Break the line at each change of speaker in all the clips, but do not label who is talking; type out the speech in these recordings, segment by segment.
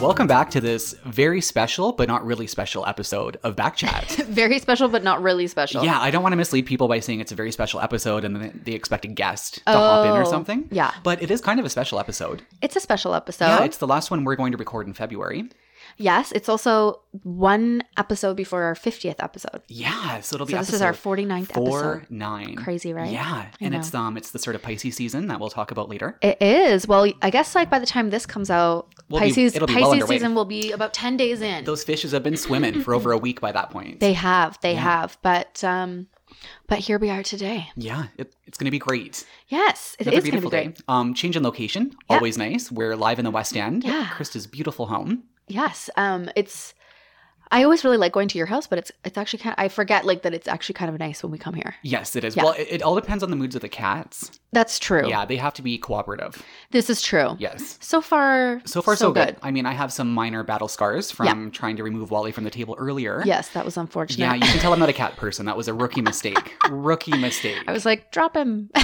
welcome back to this very special but not really special episode of Backchat.
Very special, but not really special.
yeah, I don't want to mislead people by saying it's a very special episode and then they expect a guest to hop in or
Oh,
something.
yeah. Oh?
But it is kind of a special episode.
It's a special episode.
Yeah, it's the last one we're going to record in February.
yes, it's also one episode before our 50th episode.
Yeah, so it'll be
So this is our
episode
49th
four
episode.
nine.
Crazy, right?
Yeah,
I
and
know.
it's um it's the sort of Pisces season that we'll talk about later.
It is. Well, I guess like by the time this comes out,
We'll be-
Pisces
it'll be well
Pisces
underway.
season will be about 10 days in.
Those fishes have been swimming for over a week by that point.
they have. They
Yeah.
have. But um but here we are today.
yeah, it, it's going to be great.
Yes, it
Another
is going to be
beautiful
great.
day. Um, change in location,
Yeah.
always nice. We're live in the West End. at
Yeah.
Krista's beautiful home.
Yes. Um it's I always really like going to your house, but it's it's actually kind of, I forget like that it's actually kind of nice when we come here.
Yes, it is.
Yeah.
Well, it, it all depends on the moods of the cats.
That's true.
Yeah, they have to be cooperative.
This is true.
Yes.
So far
So far, so, good. I mean, I have some minor battle scars from trying to remove Wally from the table earlier.
Yes, that was unfortunate.
Yeah, you can tell I'm not a cat person. That was a rookie mistake. rookie mistake.
I was like, drop him.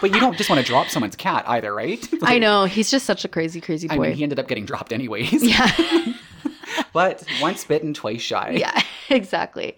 But you don't just want to drop someone's cat either, right?
I know. He's just such a crazy, crazy
I
boy.
mean, he ended up getting dropped anyways.
yeah.
But once bitten, twice shy.
yeah, exactly.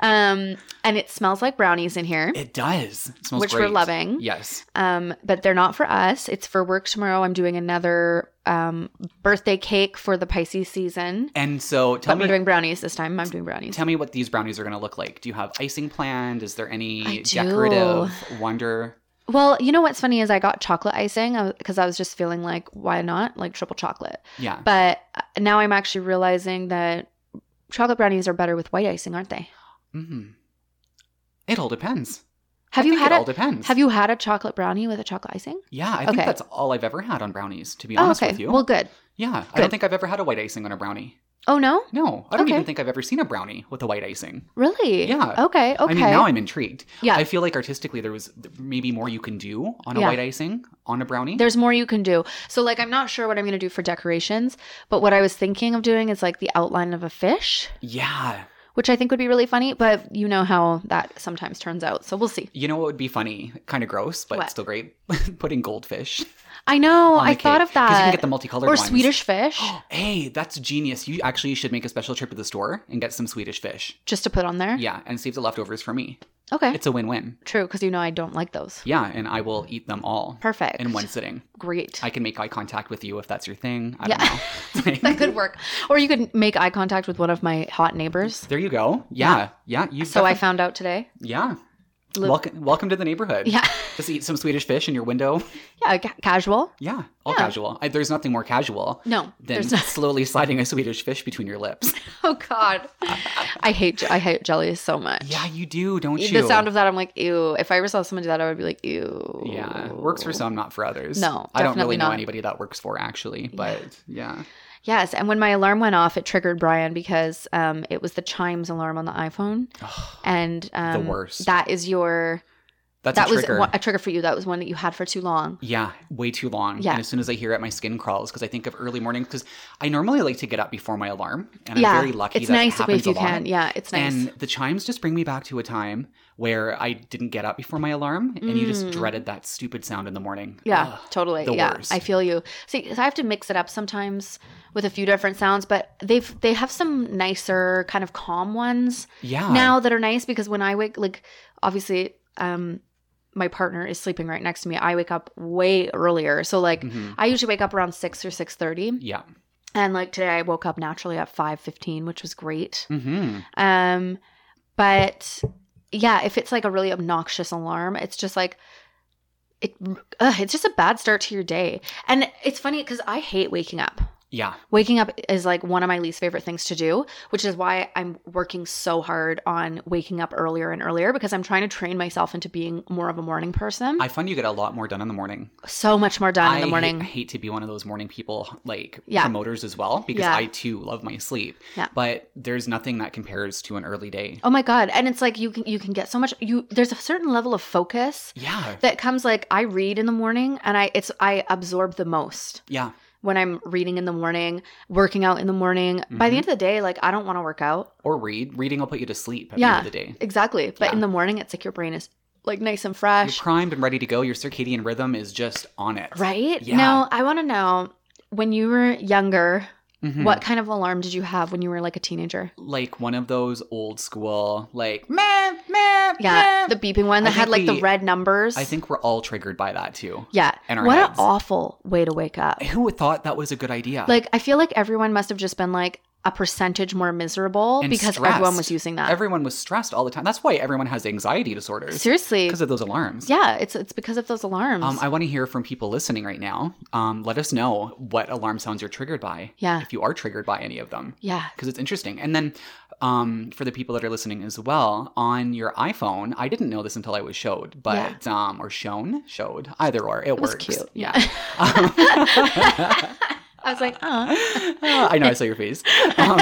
Um, and it smells like brownies in here,
It does. It smells
which we're
great.
loving.
Yes.
Um, but they're not for us. It's for work tomorrow. I'm doing another um, birthday cake for the Pisces season.
And so tell
But
me
we're doing brownies this time. I'm doing brownies.
Tell me what these brownies are going to look like. Do you have icing planned? Is there any
I do.
decorative wonder?
Well, you know what's funny is I got chocolate icing because I was just feeling like, why not? Like triple chocolate.
Yeah.
But uh, now I'm actually realizing that chocolate brownies are better with white icing, aren't they?
Mhm. It all depends.
Have
I
you
think
had
it all
a
depends?
Have you had a chocolate brownie with a chocolate icing?
Yeah, I think
Okay. Oh,
that's all I've ever had on brownies. To be honest with you.
Well, good.
yeah, I don't
good.
think I've ever had a white icing on a brownie.
Oh no,
No, I don't
Okay.
even think I've ever seen a brownie with a white icing.
really?
Yeah.
Okay. Okay.
I mean, now I'm intrigued.
yeah.
I feel like artistically there was maybe more you can do on a
Yeah.
white icing on a brownie.
there's more you can do. So like I'm not sure what I'm going to do for decorations, but what I was thinking of doing is like the outline of a fish,
yeah.
which I think would be really funny, but you know how that sometimes turns out. So we'll see.
You know what would be funny? Kind of gross, but
What?
still great. Putting goldfish.
I know.
on
I
the
thought
cake.
of
'Cause You can get
that.
the multicolored
Or
ones.
Swedish fish
hey, that's genius. You actually should make a special trip to the store and get some Swedish fish.
just to put on there.
Yeah, and save the leftovers for me.
Okay.
It's a win-win.
True, cuz you know I don't like those.
Yeah, and I will eat them all
Perfect.
in one sitting.
great.
I can make eye contact with you if that's your thing. I
Yeah.
don't know.
that could work. Or you could make eye contact with one of my hot neighbors.
there you go. Yeah, yeah. You
So I found out today.
yeah.
Live-
welcome, welcome to the neighborhood.
Yeah.
Just eat some Swedish fish in your window.
Yeah, ca- casual.
Yeah, all
Yeah.
casual. I, there's nothing more casual
No,
than
there's not.
slowly sliding a Swedish fish between your lips.
Oh God, I hate je- I hate jellies so much.
Yeah, you do, don't
the
you?
sound of that, I'm like, ew. If I ever saw someone do that, I would be like, ew.
Yeah, works for some, not for others.
No,
I don't really
definitely
know
not.
anybody that works for actually, but yeah,
Yes, and when my alarm went off, it triggered Brian because um, it was the chimes alarm on the iPhone, and um,
worst.
That is your
that's
that
a
was
trigger.
one- a trigger for you. That was one that you had for too long.
yeah, way too long.
Yeah.
And as soon as I hear it, my skin crawls because I think of early mornings because I normally like to get up before my alarm, and I'm
yeah,
very lucky.
it's
that
nice
it happens
if you
a lot.
can. Yeah, it's nice.
And the chimes just bring me back to a time where I didn't get up before my alarm, and you just
Mm.
dreaded that stupid sound in the morning.
Yeah,
Ugh.
totally.
the
yeah,
worst.
I feel you. See, 'cause I have to mix it up sometimes with a few different sounds, but they've they have some nicer kind of calm ones
yeah.
now that are nice because when I wake, like obviously, um, my partner is sleeping right next to me. I wake up way earlier, so like
Mhm.
I usually wake up around six or six thirty,
Yeah.
and like today I woke up naturally at five fifteen, which was great.
hmm
Um, but yeah, if it's like a really obnoxious alarm, it's just like it. Ugh, it's just a bad start to your day, and it's funny because I hate waking up.
Yeah.
Waking up is like one of my least favorite things to do, which is why I'm working so hard on waking up earlier and earlier because I'm trying to train myself into being more of a morning person.
I find you get a lot more done in the morning.
so much more done in
I
the
hate-
morning.
I hate, to be one of those morning people, like
Yeah.
promoters as well, because
Yeah.
I too love my sleep.
Yeah.
But there's nothing that compares to an early day.
oh my god! And it's like you can you can get so much. You there's a certain level of focus
Yeah.
that comes like I read in the morning and I it's I absorb the most
Yeah.
when I'm reading in the morning, working out in the morning.
Mm-hmm.
By the end of the day, like I don't want to work out.
Or read. Reading will put you to sleep at the
Yeah.
end of the day.
Exactly. But
Yeah.
in the morning, it's like your brain is like nice and
You're
fresh,
primed and ready to go. Your circadian rhythm is just on it.
right?
Yeah.
Now, I want to know when you were younger,
Mhm.
What kind of alarm did you have when you were like a teenager?
Like one of those old school, like meh meh.
Yeah,
meh.
the beeping one
Eh, I
that had
think
like the
we-
red numbers.
I think we're all triggered by that too.
Yeah.
in our
What an
heads.
awful way to wake up.
Who thought that was a good idea?
Like I feel like everyone must have just been like a percentage more miserable
And
because
stressed.
everyone was using that.
everyone was stressed all the time. That's why everyone has anxiety disorders
Seriously.
because of those alarms.
Yeah, it's it's because of those alarms.
Um, I want to hear from people listening right now. Um, let us know what alarm sounds you're triggered by,
yeah.
if you are triggered by any of them,
Yeah.
because it's interesting. And then um, for the people that are listening as well, on your iPhone, I didn't know this until I was showed, but um, or shown, showed, either or, it,
It was
works.
cute.
Yeah.
I was like, uh.
I know I saw your face. Um,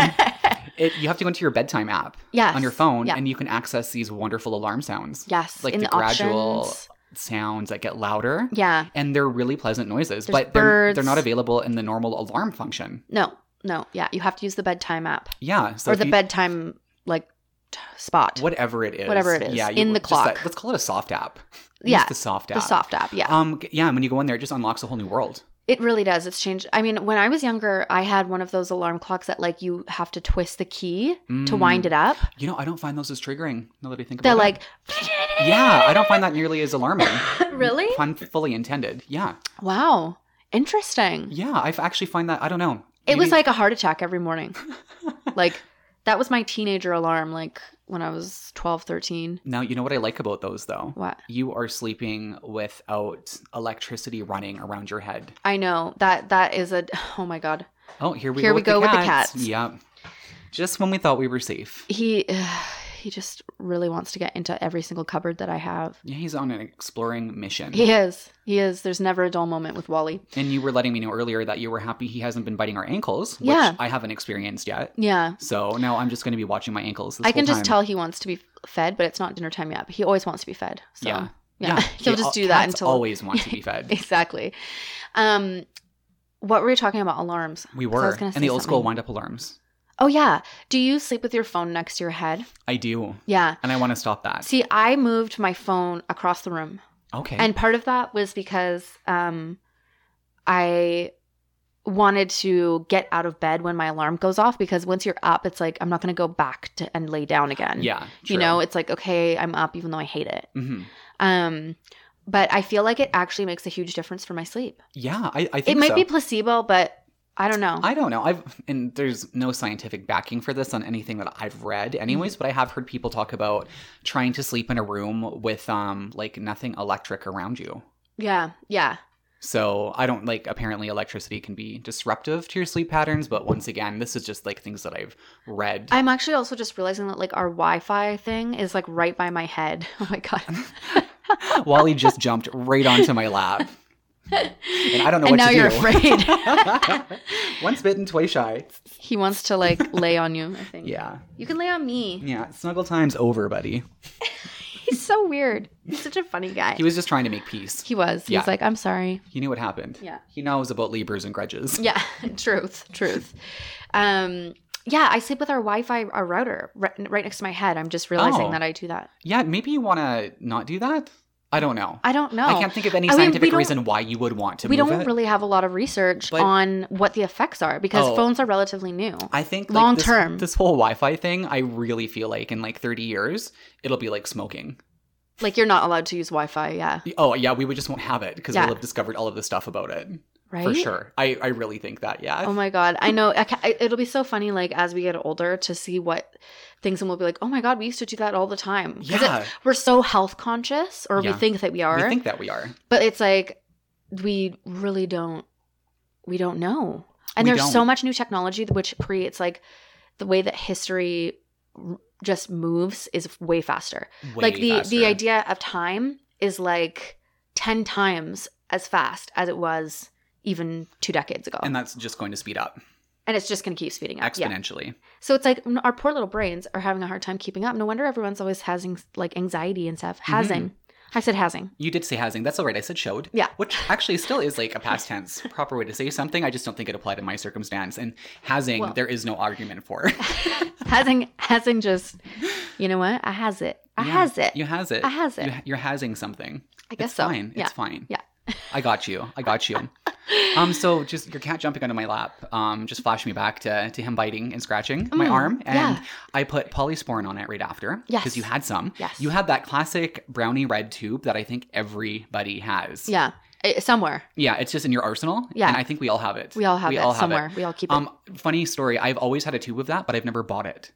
it, you have to go into your bedtime app
Yes.
on your phone,
Yeah.
and you can access these wonderful alarm sounds.
Yes.
like
in
the
the,
gradual-
options.
Sounds that get louder.
Yeah.
and they're really pleasant noises,
There's
but they're,
birds.
they're not available in the normal alarm function.
No. No. Yeah. You have to use the bedtime app
Yeah, so
or
if
the
you-
bedtime like t- spot.
whatever it is,
Whatever it is,
yeah,
in the
just that-
clock.
let's call it a soft app. Use
Yeah,
the soft
the
app.
soft app. Yeah.
Um, g- yeah, and when you go in there, it just unlocks a whole new world.
It really does. It's changed. I mean, when I was younger, I had one of those alarm clocks that like you have to twist the key to wind it up.
You know, I don't find those as triggering. Now Mm. that I think about
They're
it.
like,
yeah, I don't find that nearly as alarming.
really?
Fun, fully intended. Yeah,
Wow. Interesting.
yeah. I f- actually find that I don't know.
It was
Maybe-
like a heart attack every morning. like that was my teenager alarm like when I was 12, 13.
now you know what I like about those though.
What?
You are sleeping without electricity running around your head.
I know. That that is a Oh my god.
Oh, here we
Here
go.
we
with
go
the
with the
cats.
cats.
Yep. Just when we thought we were safe.
He he just really wants to get into every single cupboard that I have.
Yeah, he's on an exploring mission.
He is. He is. There's never a dull moment with Wally.
And you were letting me know earlier that you were happy he hasn't been biting our ankles, which
Yeah.
I haven't experienced yet.
Yeah.
So now I'm just going to be watching my ankles. This
I can
whole
just
time.
tell he wants to be fed, but it's not dinner time yet. But he always wants to be fed. So
Yeah.
yeah. He'll
they
just
all-
do that
cats
until
always want to be fed.
Exactly. Um what were we talking about? Alarms.
We
'Cause I
were
was gonna
and the
say
old school
something.
wind up alarms.
Oh yeah. Do you sleep with your phone next to your head?
I do,
Yeah.
and I want to stop that.
See, I moved my phone across the room.
okay.
And part of that was because um I wanted to get out of bed when my alarm goes off because once you're up, it's like I'm not gonna go back to and lay down again.
yeah,
You know, it's like okay, I'm up even though I hate it.
hmm
Um, but I feel like it actually makes a huge difference for my sleep.
yeah, I, I think
It might
so.
be placebo, but I don't know.
I don't know. I've and there's no scientific backing for this on anything that I've read, anyways.
Mm-hmm.
But I have heard people talk about trying to sleep in a room with um like nothing electric around you.
yeah, yeah,
So I don't like. Apparently, electricity can be disruptive to your sleep patterns. But once again, this is just like things that I've read.
I'm actually also just realizing that like our Wi-Fi thing is like right by my head. Oh my god!
Wally just jumped right onto my lap, and I don't know
and
what
now
to
you're
do.
afraid.
Once bitten, twice shy.
he wants to like lay on you. I think.
Yeah,
You can lay on me.
yeah. Snuggle time's over, buddy.
He's so weird. He's such a funny guy.
He was just trying to make peace.
He was. He
Yeah.
was like, I'm sorry.
He knew what happened.
Yeah.
He knows about Libras and grudges.
Yeah, truth, truth. Um, yeah, I sleep with our Wi-Fi, our router, right, right next to my head. I'm just realizing
Oh.
that I do that.
Yeah, maybe you want to not do that. I don't know.
I don't know.
I can't think of any
I mean, we
scientific
don't-
reason why you would want to
we
move
don't
it.
really have a lot of research
But-
on what the effects are because
Oh.
phones are relatively new.
I think like,
Long
this-
term.
this, whole Wi-Fi thing. I really feel like in like 30 years, it'll be like smoking.
Like you're not allowed to use Wi-Fi, yeah,
Oh yeah, we would just won't have it because
Yeah.
we'll have discovered all of this stuff about it
right?
for sure. I I really think that. Yeah.
Oh my god, I know. I ca- I- it'll be so funny, like as we get older, to see what things, and we'll be like, "Oh my god, we used to do that all the time." 'Cause it-
yeah.
we're so health conscious, or
Yeah.
we think that we
We
are,
think that we are.
but it's like we really don't. We don't know, and
We
there's so
don't.
much new technology which creates like the way that history r- just moves is way faster.
Way
like the
faster.
the idea of time is like 10 times as fast as it was even two decades ago
And
and,
that's just going to speed up
it's just going to keep speeding up yeah
exponentially.
so it's like n- our poor little brains are having a hard time keeping up no wonder everyone's always having like anxiety and
Mm-hmm.
stuff hazing i said hazing
You did say housing. That's all right. I said showed.
Yeah.
Which actually still is like a past tense proper way to say something. I just don't think it applied in my circumstance. And housing,
Well-
there is no argument for.
hazing hazing just you know what i has it i
Yeah,
has it
You has it.
i has it
You, you're hazing something.
i guess
it's
so
fine.
yeah
It's fine.
Yeah.
I got you. I got you. Um, so just your cat jumping onto my lap, um, just flashed me back to, to him biting and scratching my
Mm,
arm, and
yeah.
I put polysporin on it right after.
Yes.
because you had some.
Yes.
you had that classic brownie red tube that I think everybody has.
yeah. Eh, Somewhere.
yeah, it's just in your arsenal.
Yeah.
and I think we all have it.
We all have it somewhere. We all keep it.
Um, funny story. I've always had a tube of that, but I've never bought it.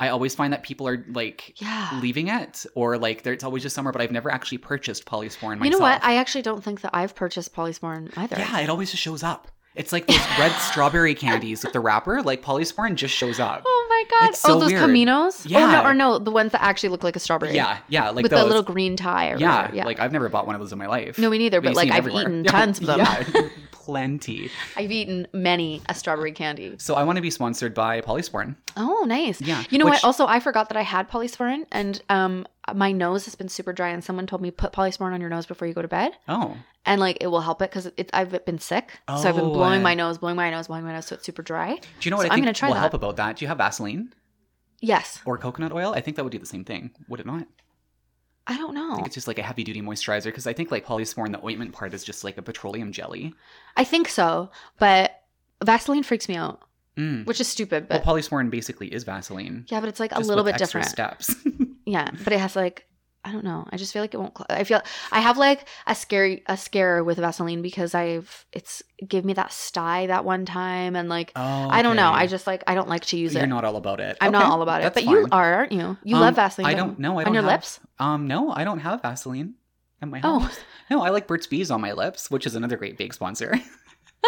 I always find that people are like
Yeah.
leaving it, or like there, it's always just somewhere. But I've never actually purchased polysporin myself.
You know what? I actually don't think that I've purchased polysporin either.
yeah, it always just shows up. It's like those red strawberry candies with the wrapper. Like polysporin just shows up.
Oh my god!
It's so
oh, those
weird.
Caminos. Oh,
Yeah.
no, or no, the ones that actually look like a strawberry.
Yeah, yeah, like
with
those.
the little green tie. Or
yeah,
whatever. yeah.
like I've never bought one of those in my life.
no, me neither. But
you
like
see 'em
I've
everywhere.
eaten
Yeah,
tons of them.
Yeah, plenty.
I've eaten many a strawberry candy.
So I want to be sponsored by polysporin.
Oh, nice.
Yeah,
You know
which-
what? Also, I forgot that I had polysporin, and um, my nose has been super dry, and someone told me put polysporin on your nose before you go to bed,
Oh,
and like it will help it because it, I've been sick, so I've been
Oh,
blowing
uh,
my nose, blowing my nose, blowing my nose, so it's super dry.
do you know what
So
I
I'm
think
gonna try
will
that.
help about that? Do you have Vaseline
Yes,
or coconut oil? I think that would do the same thing. Would it not?
I don't
I
know.
think it's just like a heavy duty moisturizer because I think like polysporin, the ointment part is just like a petroleum jelly.
I think so, but Vaseline freaks me out,
Mm.
which is stupid.
Well,
But
polysporin basically is Vaseline.
yeah, but it's like a
just
little
with
bit
extra
different.
Steps.
Yeah, but it has like I don't know. I just feel like it won't. Cl- I feel I have like a scary a scare with Vaseline because I've it's gave me that sty that one time and like
oh,
I don't know.
okay.
I just like I don't like to use
You're
it.
not all about it.
I'm not
Okay,
all about it.
that's
But you
fine.
are, aren't you? You
Um,
love Vaseline.
I don't know. I don't
on your
have-
lips.
Um, no, I don't have Vaseline at my
Oh.
house. No, I like Burt's Bees on my lips, which is another great big sponsor.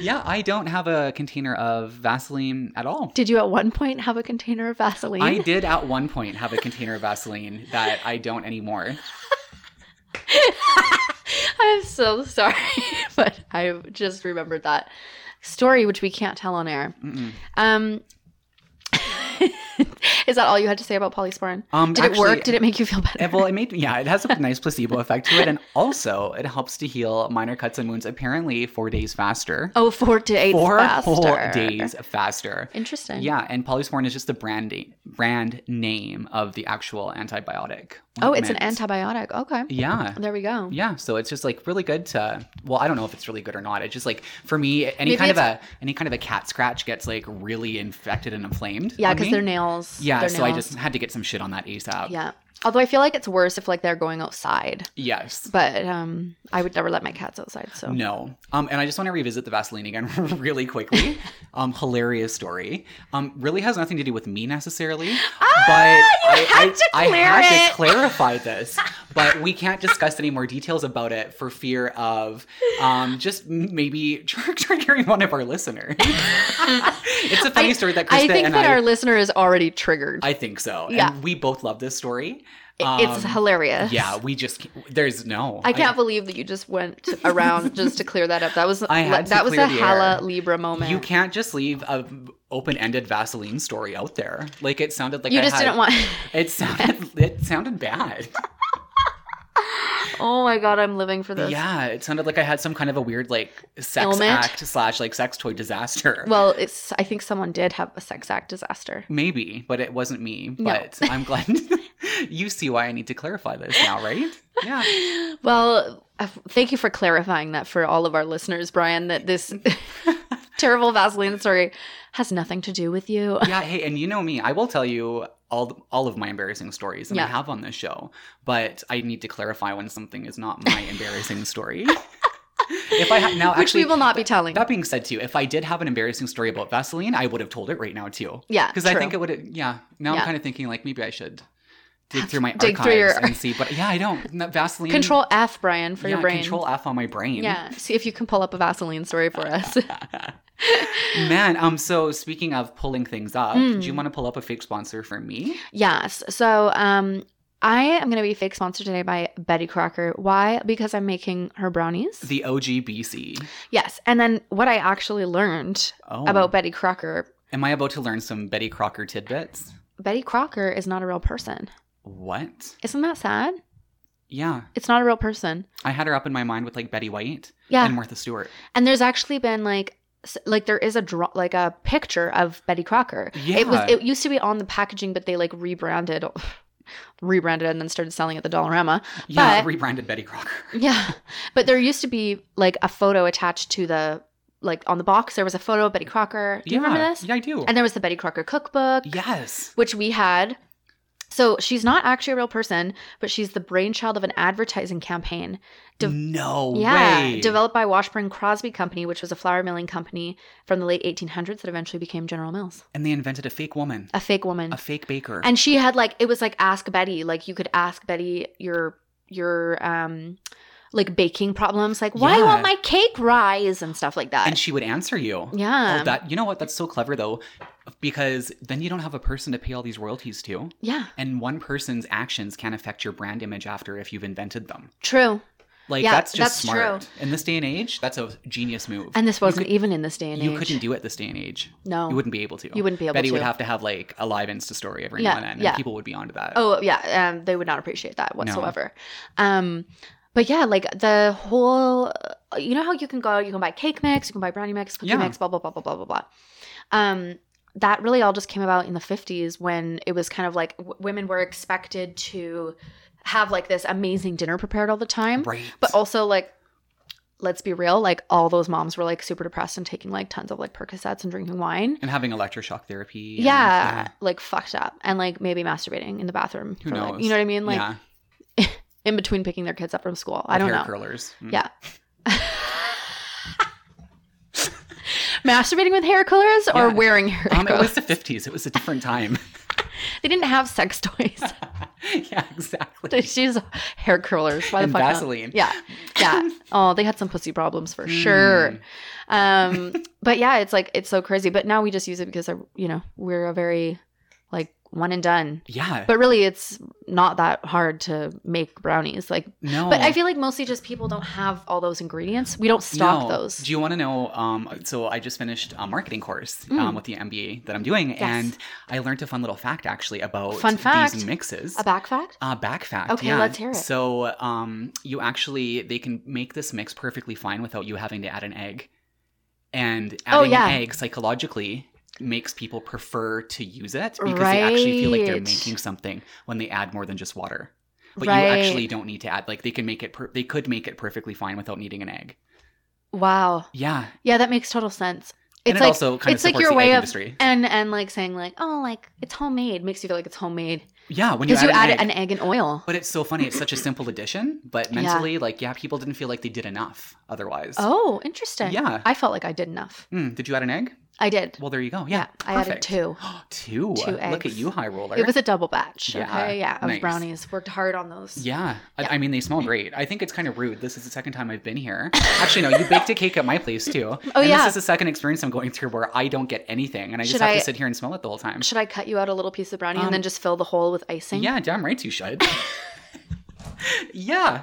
yeah, I don't have a container of Vaseline at all.
Did you at one point have a container of Vaseline?
I did at one point have a container of Vaseline that I don't anymore.
I'm so sorry, but I just remembered that story, which we can't tell on air.
Mm-mm.
Um, is that all you had to say about polysporin?
Um,
Did it
actually-
work? Did it make you feel better?
Eh, well, it made yeah, it has a nice placebo effect to it, and also it helps to heal minor cuts and wounds. Apparently, four days faster.
Oh, four to eight
four
faster.
whole days faster.
Interesting.
Yeah, and polysporin is just the brand name, brand name of the actual antibiotic.
Oh, it's an
ointment.
antibiotic. Okay.
Yeah.
There we go.
Yeah, so it's just like really good to. Well, I don't know if it's really good or not. It's just like for me, any
Maybe
kind of a
it's-
any kind of a cat scratch gets like really infected and inflamed.
Yeah,
on
because
me.
their nails.
Yeah,
their
so I
nails.
just had to get some shit on that ASAP.
Yeah. Although I feel like it's worse if like they're going outside,
Yes.
but um, I would never let my cats outside. So
No. Um, and I just want to revisit the Vaseline again really quickly. um, hilarious story. Um, really has nothing to do with me necessarily. but I,
Ah, had
I-
to
I
clear
had to
it.
clarify this. But we can't discuss any more details about it for fear of um, just m- maybe tr- triggering one of our listeners. it's a funny
I-
story that
I
Krista
think
and
that
I.
our listener is already triggered.
I think so.
Yeah.
And we both love this story.
I- it's
Um,
hilarious.
Yeah, we just ca- there's no.
I can't believe that you just went around just to clear that up. That was
I had to
that was
clear
a
the
Hala
air.
Libra moment.
You can't just leave a open-ended Vaseline story out there. Like it sounded like
You
I
just
had-
didn't want.
It sounded it sounded bad.
Oh my god, I'm living for this.
Yeah, it sounded like I had some kind of a weird like sex
Ailment?
act slash like sex toy disaster.
Well, it's. I think someone did have a sex act disaster.
Maybe, but it wasn't me.
No.
But I'm glad you see why I need to clarify this now, right? Yeah.
Well, uh, thank you for clarifying that for all of our listeners, Brian. That this terrible Vaseline story has nothing to do with you.
Yeah, hey, and you know me, I will tell you all all of my embarrassing stories and I
Yeah.
have on this show, but I need to clarify when something is not my embarrassing story. if I ha- now
which
actually
we will not be telling.
That being said, too, if I did have an embarrassing story about Vaseline, I would have told it right now, too.
yeah,
Because I
true.
think it would have, yeah. Now
Yeah.
I'm kind of thinking, like, maybe I should dig through my
Dig
archives
through your-
and see. But yeah, I don't. That Vaseline.
control F, Brian, for your
yeah,
brain.
Control F on my brain.
Yeah, see if you can pull up a Vaseline story for us.
Man, um, so speaking of pulling things up, do you
Mm.
want to pull up a fake sponsor for me?
yes. So, um, I am going to be fake sponsored today by Betty Crocker. Why? Because I'm making her brownies.
The OGBC.
yes. And then what I actually learned
Oh.
about Betty Crocker
Am I about to learn some Betty Crocker tidbits?
Betty Crocker is not a real person.
What?
Isn't that sad?
Yeah.
It's not a real person.
I had her up in my mind with like Betty White
Yeah.
and Martha Stewart.
And there's actually been like s- like there is a draw like a picture of Betty Crocker. It was
Yeah.
it used to be on the packaging but they like rebranded rebranded and then started selling at the Dollarama.
Yeah,
But-
rebranded Betty Crocker.
Yeah. But there used to be like a photo attached to the like on the box there was a photo of Betty Crocker. Do you
yeah.
remember this?
Yeah, I do.
And there was the Betty Crocker cookbook,
yes.
which we had. So she's not actually a real person, but she's the brainchild of an advertising campaign De-
no
yeah,
way.
developed by Washburn Crosby Company, which was a flour milling company from the late 1800s that eventually became General Mills.
and they invented a fake woman,
A fake woman,
a fake baker.
and she had like it was like Ask Betty, like you could ask Betty your your um like baking problems, like why
Yeah.
won't my cake rise and stuff like that.
And she would answer you.
uh, yeah,
Oh, that you know what? That's so clever though, because then you don't have a person to pay all these royalties to,
yeah,
and one person's actions can affect your brand image after if you've invented them.
true.
Like
Yeah,
that's just
that's
smart. In this day and age, that's a genius move.
And this
You
wasn't
could-
even in this day and
you
age.
couldn't do it this day and age.
no,
You wouldn't be able to.
You wouldn't be able
Betty
to.
would have to have like a live Insta story every
Yeah,
now and then, and
yeah.
people would be onto that.
Oh yeah, um, they would not appreciate that whatsoever. Um, but yeah, like the whole, uh, you know how you can go, you can buy cake mix, you can buy brownie mix, cookie
Yeah.
mix, blah blah blah blah blah blah blah. Um, that really all just came about in the fifties when it was kind of like w- women were expected to have like this amazing dinner prepared all the time,
right.
but oh. also like. Let's be real, like all those moms were like super depressed and taking like tons of like Percocets and drinking wine.
and having electroshock therapy. and-
Yeah, like fucked up and like maybe masturbating in the bathroom.
Who
for, like-
knows?
you know what I mean? Like
yeah.
in between picking their kids up from school. I
with
don't
hair
know.
curlers. Mm.
Yeah. Masturbating with hair curlers or
Yeah.
wearing hair
Um, it was
curlers?
the 50s. It was a different time.
They didn't have sex toys.
yeah, exactly.
they just used hair curlers. Why the
and
fuck not?
Vaseline.
Yeah, yeah. Oh, they had some pussy problems for sure.
Mm.
Um, but yeah, it's like it's so crazy. But now we just use it because uh, you know we're a very like one and done.
Yeah.
But really, it's not that hard to make brownies. Like,
no.
but I feel like mostly just people don't have all those ingredients. We don't
No.
stock those.
Do you want to know? Um, so I just finished a marketing course
Mm.
um, with the MBA that I'm doing,
Yes.
and I learned a fun little fact actually about
Fun fact.
these mixes.
A back fact?
Uh, back fact.
Okay,
yeah.
let's hear it.
So, um, you actually they can make this mix perfectly fine without you having to add an egg, and adding
Oh, yeah.
an egg psychologically makes people prefer to use it because they actually feel like they're
Right.
making something when they add more than just water. But you
Right.
actually don't need to add. Like they can make it. Per- they could make it perfectly fine without needing an egg.
Wow.
Yeah.
Yeah, that makes total sense. It's
and it
like
also kind
it's
of
like
supports
your
the
way
egg
of-
industry.
and and like saying like oh like it's homemade makes you feel like it's homemade
Yeah. When you
because
add,
you
an,
add,
egg,
an egg and oil.
But it's so funny. It's such a simple addition, but
Yeah.
mentally, like, yeah, people didn't feel like they did enough otherwise.
Oh, interesting.
Yeah.
I felt like I did enough.
Mm, did you add an egg?
I did.
Well, there you go. Yeah,
I added
perfect.
two.
two.
Two
Look at
eggs.
you, high roller.
It was a double batch.
Yeah,
okay, yeah, of
nice.
brownies. Worked hard on those.
yeah. I-
Yeah.
I mean, they smell great. I think it's kind of rude. This is the second time I've been here. Actually, no, you baked a cake at my place too.
Oh,
and
yeah.
This is the second experience I'm going through where I don't get anything, and I just
Should
have
I-
to sit here and smell it the whole time.
Should I cut you out a little piece of brownie
Um,
and then just fill the hole with icing?
Yeah, damn right you should. yeah.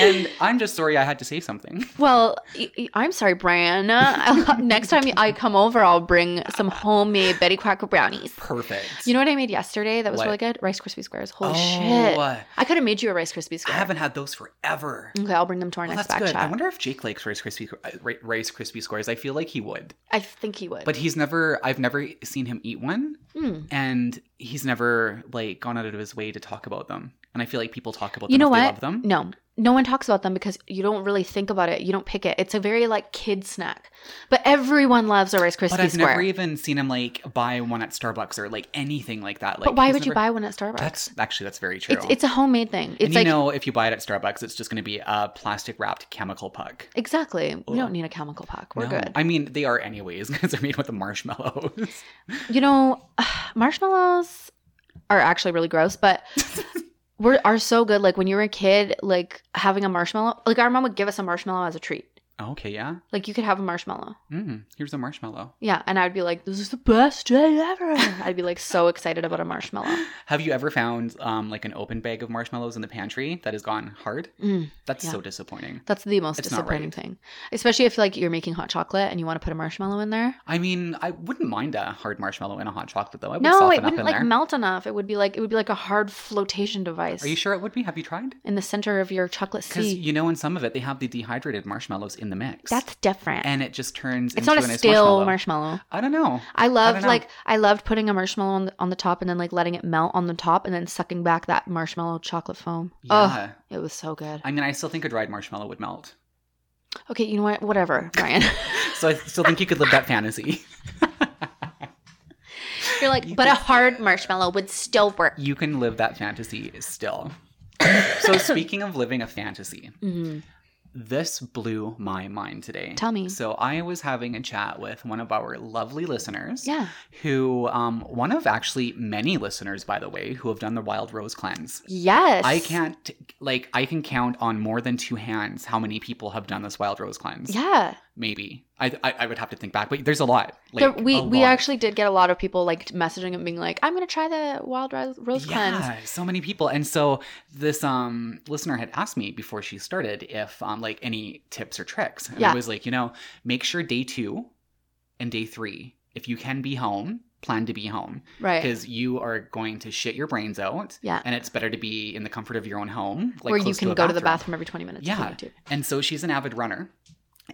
And I'm just sorry I had to say something.
Well, y- y- I'm sorry, Brian. I'll- Next time I come over, I'll bring some homemade Betty Crocker brownies.
Perfect.
You know what I made yesterday that was
What?
really good? Rice Krispie squares. Holy
oh,
shit!
I
I could have made you a Rice Krispie square.
haven't had those forever.
Okay, I'll bring them to our
Well,
next
that's
back
good. I
chat.
wonder if Jake likes Rice Krispie uh, Ri- Rice Krispie squares. I feel like he would.
I think he would.
but he's never i've never seen him eat one
Hmm.
and he's never like gone out of his way to talk about them and i feel like people talk about them
You know
if they
what?
love them
No, no one talks about them because you don't really think about it. You don't pick it. It's a very like kid snack, but everyone loves a Rice Krispie
but i've
square.
never even seen him like buy one at starbucks or like anything like that like
but why
he's
would you
never-
buy one at Starbucks?
that's actually that's very true
it's it's a homemade thing. It's
and
like
you know if you buy it at starbucks it's just going to be a plastic wrapped chemical puck
exactly.
Ugh.
We don't need a chemical pack. We're
No.
good.
i mean they are anyways because they're made with the marshmallows
You know, marshmallows are actually really gross, but. We're, are so good. Like when you were a kid, like having a marshmallow. Like our mom would give us a marshmallow as a treat.
okay yeah
Like you could have a marshmallow.
mm, here's a marshmallow
Yeah, and I'd be like, "This is the best day ever." I'd be like so excited about a marshmallow.
have you ever found um, like an open bag of marshmallows in the pantry that has gone hard
Mm,
that's
Yeah.
so disappointing
that's the most
It's not
disappointing
right.
thing, especially if like you're making hot chocolate and you want to put a marshmallow in there.
I mean, I wouldn't mind a hard marshmallow in a hot chocolate though. I would
no,
soften
it
up
wouldn't
in
like
there.
melt enough. It would be like it would be like a hard flotation device
Are you sure it would be? Have you tried?
in the center of your chocolate
Because
sea.
you know, in some of it, they have the dehydrated marshmallows in in the mix.
That's different.
and it just turns
it's
into
not a
a nice marshmallow.
stale marshmallow.
I don't know.
I loved
know.
like I loved putting a marshmallow on the, on the top and then like letting it melt on the top and then sucking back that marshmallow chocolate foam. Oh,
Yeah.
it was so good.
I mean, I still think a dried marshmallow would melt.
Okay, you know what? Whatever, Brian.
So I still think you could live that fantasy.
You're like,
You
but a
can-
hard marshmallow would still work.
You can live that fantasy still. so speaking of living a fantasy,
Mhm.
this blew my mind today.
Tell me.
So I was having a chat with one of our lovely listeners.
Yeah.
Who, um, one of actually many listeners, by the way, who have done the Wild Rose Cleanse.
Yes.
I can't, like, I can count on more than two hands how many people have done this Wild Rose Cleanse.
Yeah.
Maybe. I, I, I would have to think back, but there's a lot.
There-
Like,
we
a
we
lot.
actually did get a lot of people like messaging and being like, I'm gonna try the wild ro- rose cleanse.
Yeah, so many people. And so this um listener had asked me before she started if um like any tips or tricks. And
Yeah.
I was like, you know, make sure day two and day three, if you can be home, plan to be home.
Right.
Because you are going to shit your brains out.
Yeah.
And it's better to be in the comfort of your own home. Like
Where you
close
can
a
go to the bathroom every 20 minutes. if you
Yeah.
need to.
And so she's an avid runner.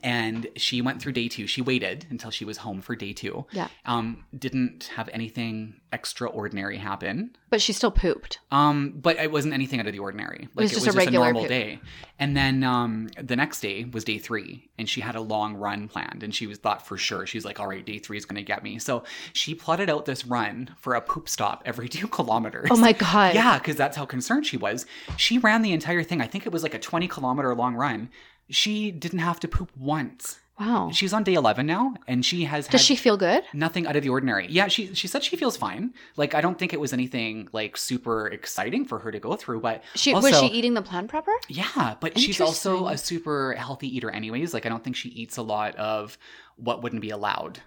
And she went through day two. She waited until she was home for day two.
Yeah.
Um, didn't have anything extraordinary happen.
But she still pooped.
Um, but it wasn't anything out of the ordinary. Like it was just, a,
regular
normal
poo.
day. And then um, the next day was day three, and she had a long run planned, and she was thought for sure she's like, all right, day three is going to get me. So she plotted out this run for a poop stop every two kilometers.
Oh my god.
Yeah, because that's how concerned she was. She ran the entire thing. I think it was like a twenty kilometer long run. She didn't have to poop once.
Wow.
She's on day eleven now, and she has.
Does
had-
she feel good?
nothing out of the ordinary. Yeah, she she said she feels fine. Like I don't think it was anything like super exciting for her to go through, but
She was
Also-
she eating the plan proper?
yeah, but she's also
Interesting.
a super healthy eater anyways. Like I don't think she eats a lot of what wouldn't be allowed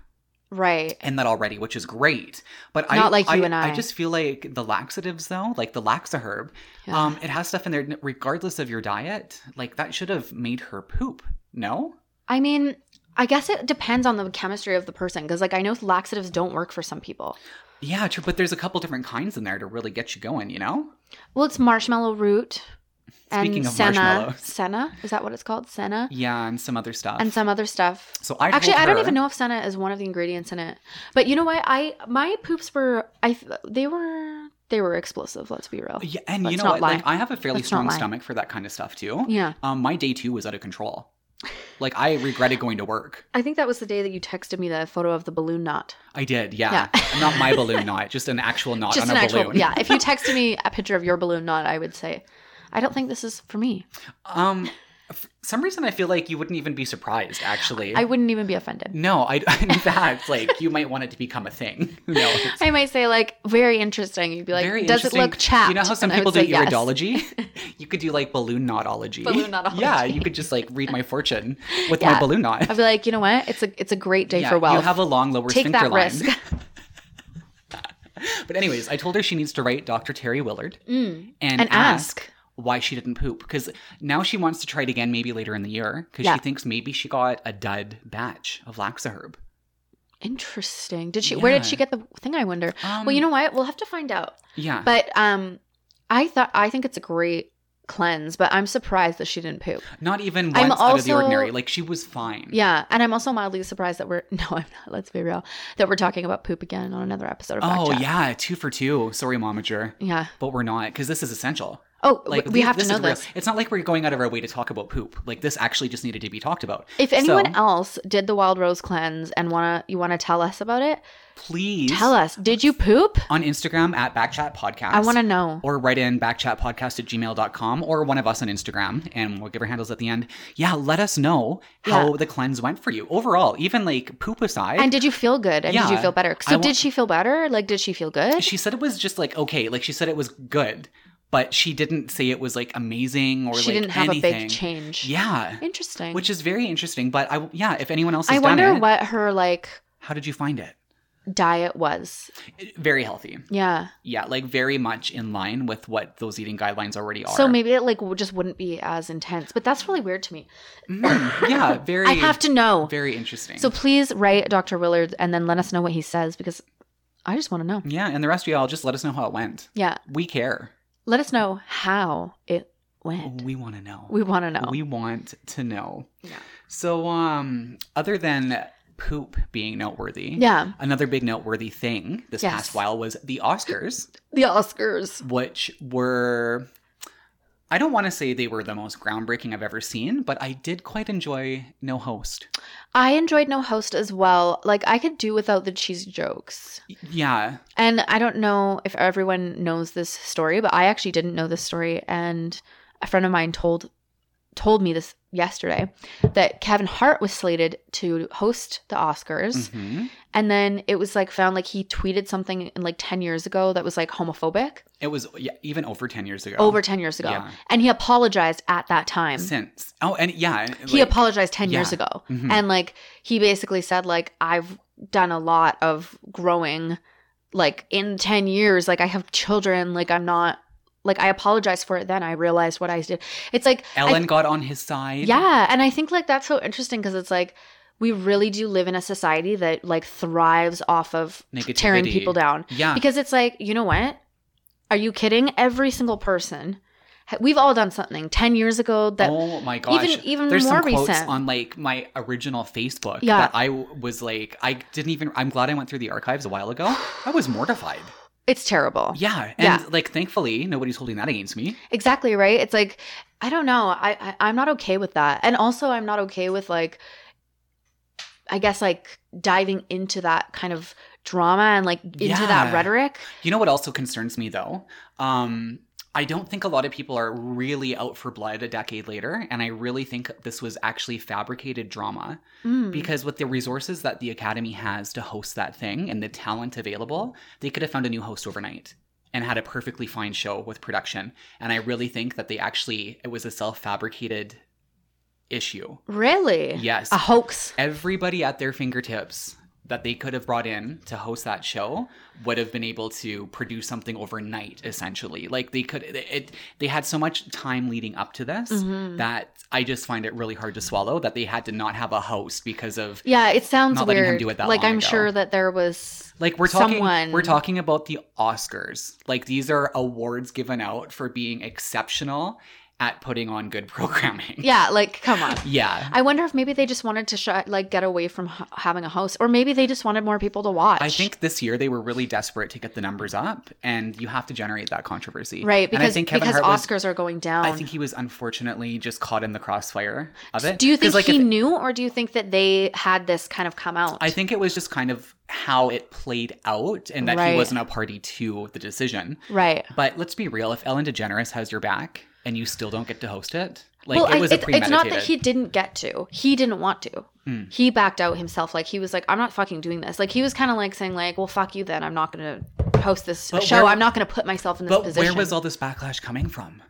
Right.
in that already, which is great. But I
Not like you and I.
I just feel like the laxatives though, like the laxaherb,
Yeah.
um it has stuff in there regardless of your diet. Like that should have made her poop. No?
I mean, I guess it depends on the chemistry of the person because like I know laxatives don't work for some people.
Yeah, true, but there's a couple different kinds in there to really get you going, you know?
Well, it's marshmallow root and
Speaking of
senna.
marshmallows.
Senna is that what it's called? Senna
Yeah, and some other stuff.
and some other stuff.
So I
Actually,
told
I don't
her-
even know if senna is one of the ingredients in it. But you know what? I my poops were I th- they were they were explosive. Let's be real.
Yeah, and you
Let's
know
not
what?
lie.
Like I have a fairly
Let's not
strong
lie.
stomach for that kind of stuff too.
Yeah,
Um, my day two was out of control. Like I regretted going to work.
I think that was the day that you texted me the photo of the balloon knot.
I did, yeah. Not my balloon knot, just an actual knot
Just
on
an
a
actual
balloon.
yeah. If you texted me a picture of your balloon knot, I would say, I don't think this is for me.
Um, for some reason I feel like you wouldn't even be surprised. Actually,
I wouldn't even be offended.
no. I in fact, like you might want it to become a thing. Who knows?
I might say like very interesting. You'd be like,
Very
does it
interesting.
look chapped?
You know how some
And I
people
would
do
say yes.
iridology? you could do like balloon knotology.
Balloon knotology.
Yeah, you could just like read my fortune with
Yeah.
my balloon knot.
I'd be like, you know what? It's a it's a great day
Yeah,
for
You
wealth.
have a long lower
Take
sphincter
that
line.
risk.
but anyways, I told her she needs to write Dr. Terry Willard
Mm.
and,
And
ask,
ask.
why she didn't poop because now she wants to try it again maybe later in the year because
Yeah.
she thinks maybe she got a dud batch of laxaherb.
Interesting. Did she? Where did
Yeah.
she get the thing? I wonder.
Um,
well, you know what? We'll have to find out.
yeah,
But um, I thought I think it's a great cleanse. But I'm surprised that she didn't poop.
not even once
I'm
out of the
also-
ordinary. Like she was fine.
Yeah, and I'm also mildly surprised that we're no, I'm not. Let's be real. That we're talking about poop again on another episode of Fact
Oh
Check.
yeah, two for two. Sorry, momager,
Yeah.
but we're not because this is essential.
Oh,
Like
we have to
is
know
real.
this.
It's not like we're going out of our way to talk about poop. Like this actually just needed to be talked about.
If anyone
So-
else did the wild rose cleanse and wanna you wanna tell us about it,
Please
tell us. Did you poop?
on Instagram at Backchat Podcast.
I want to know.
Or write in backchatpodcast at gmail.com or one of us on Instagram and we'll give our handles at the end. Yeah, let us know how the cleanse went for you overall, even like poop aside.
And did you feel good? And did you
Yeah,
feel better? So
I wa-
did she feel better? Like did she feel good?
she said it was just like okay, like she said it was good, but she didn't say it was like amazing or
she
like
didn't have
anything.
a big change.
Yeah.
Interesting.
Which is very interesting, but I yeah, if anyone else has
I wonder
done it,
what her like
how did you find it?
diet was.
Very healthy.
Yeah.
Yeah, like very much in line with what those eating guidelines already are.
So maybe it like w- just wouldn't be as intense. But that's really weird to me.
Mm, yeah, very
I have to know.
very interesting.
So please write Dr. Willard and then let us know what he says because I just want to know.
Yeah, and the rest of y'all just let us know how it went.
Yeah.
We care.
Let us know how it went.
We want to know.
We want to know.
We want to know.
Yeah.
So, um, other than poop being noteworthy,
Yeah.
another big noteworthy thing this
Yes.
past while was the Oscars,
The Oscars.
which were. I don't want to say they were the most groundbreaking I've ever seen, but I did quite enjoy No Host.
I enjoyed No Host as well. Like I could do without the cheesy jokes.
Y- Yeah,
And I don't know if everyone knows this story, but I actually didn't know this story and a friend of mine told told me this yesterday that Kevin Hart was slated to host the Oscars
Mhm.
and then it was like found like he tweeted something in like 10 years ago that was like homophobic
it was yeah, even over ten years ago.
over 10 years ago
Yeah.
and he apologized at that time.
since. Oh, and yeah, and,
he
like-
apologized 10 years
Yeah.
ago.
Mhm.
and like he basically said like i've done a lot of growing like in 10 years like i have children like i'm not like i apologize for it then i realized what i did it's like
Ellen got on his side.
yeah and i think like that's so interesting because it's like we really do live in a society that like thrives off of tearing
Negativity.
people down
Yeah.
because it's like you know what are you kidding every single person we've all done something 10 years ago that
oh my gosh.
even even
There's
more
some quotes
recent
on like my original Facebook
Yeah.
that I w- was like, I didn't even. I'm glad I went through the archives a while ago. I was mortified.
it's terrible
Yeah, and
Oh. Yeah.
like thankfully nobody's holding that against me.
Exactly right. It's like I don't know. I, I I'm not okay with that, and also I'm not okay with like, I guess like diving into that kind of drama and like into
Yeah.
that rhetoric.
You know what also concerns me though? Um, I don't think a lot of people are really out for blood a decade later, and I really think this was actually fabricated drama.
Mm.
Because with the resources that the Academy has to host that thing and the talent available, they could have found a new host overnight and had a perfectly fine show with production. And I really think that they actually, it was a self fabricated issue.
really,
Yes.
a hoax.
Everybody at their fingertips that they could have brought in to host that show would have been able to produce something overnight essentially like they could it they had so much time leading up to this
Mhm.
that i just find it really hard to swallow that they had to not have a host because of
Yeah, it sounds
Not letting him
weird.
do it that
like
long
I'm
ago.
sure that there was.
Like we're talking
someone-
we're talking about the Oscars. Like these are awards given out for being exceptional at putting on good programming.
Yeah, like come on.
Yeah.
I wonder if maybe they just wanted to sh- like get away from h- having a host, or maybe they just wanted more people to watch.
I think this year they were really desperate to get the numbers up and you have to generate that controversy.
right
And
because
I think Kevin
because
Hart was-
Oscars are going down.
I think he was unfortunately just caught in the crossfire of it.
Do you
'Cause,
think
like,
he
if-
knew, or do you think that they had this kind of come out?
I think it was just kind of how it played out and that
Right.
he wasn't a party to the decision.
right.
But let's be real, if Ellen DeGeneres has your back and you still don't get to host it, like
well,
it was
I,
a
it's- it's not that
premeditated-
he didn't get to. He didn't want to.
Hmm.
He backed out himself. Like he was like, I'm not fucking doing this. Like he was kind of like saying, like, well, fuck you then. I'm not gonna host this
But
show.
where-
I'm not gonna put myself in this
But
position.
where was all this backlash coming from?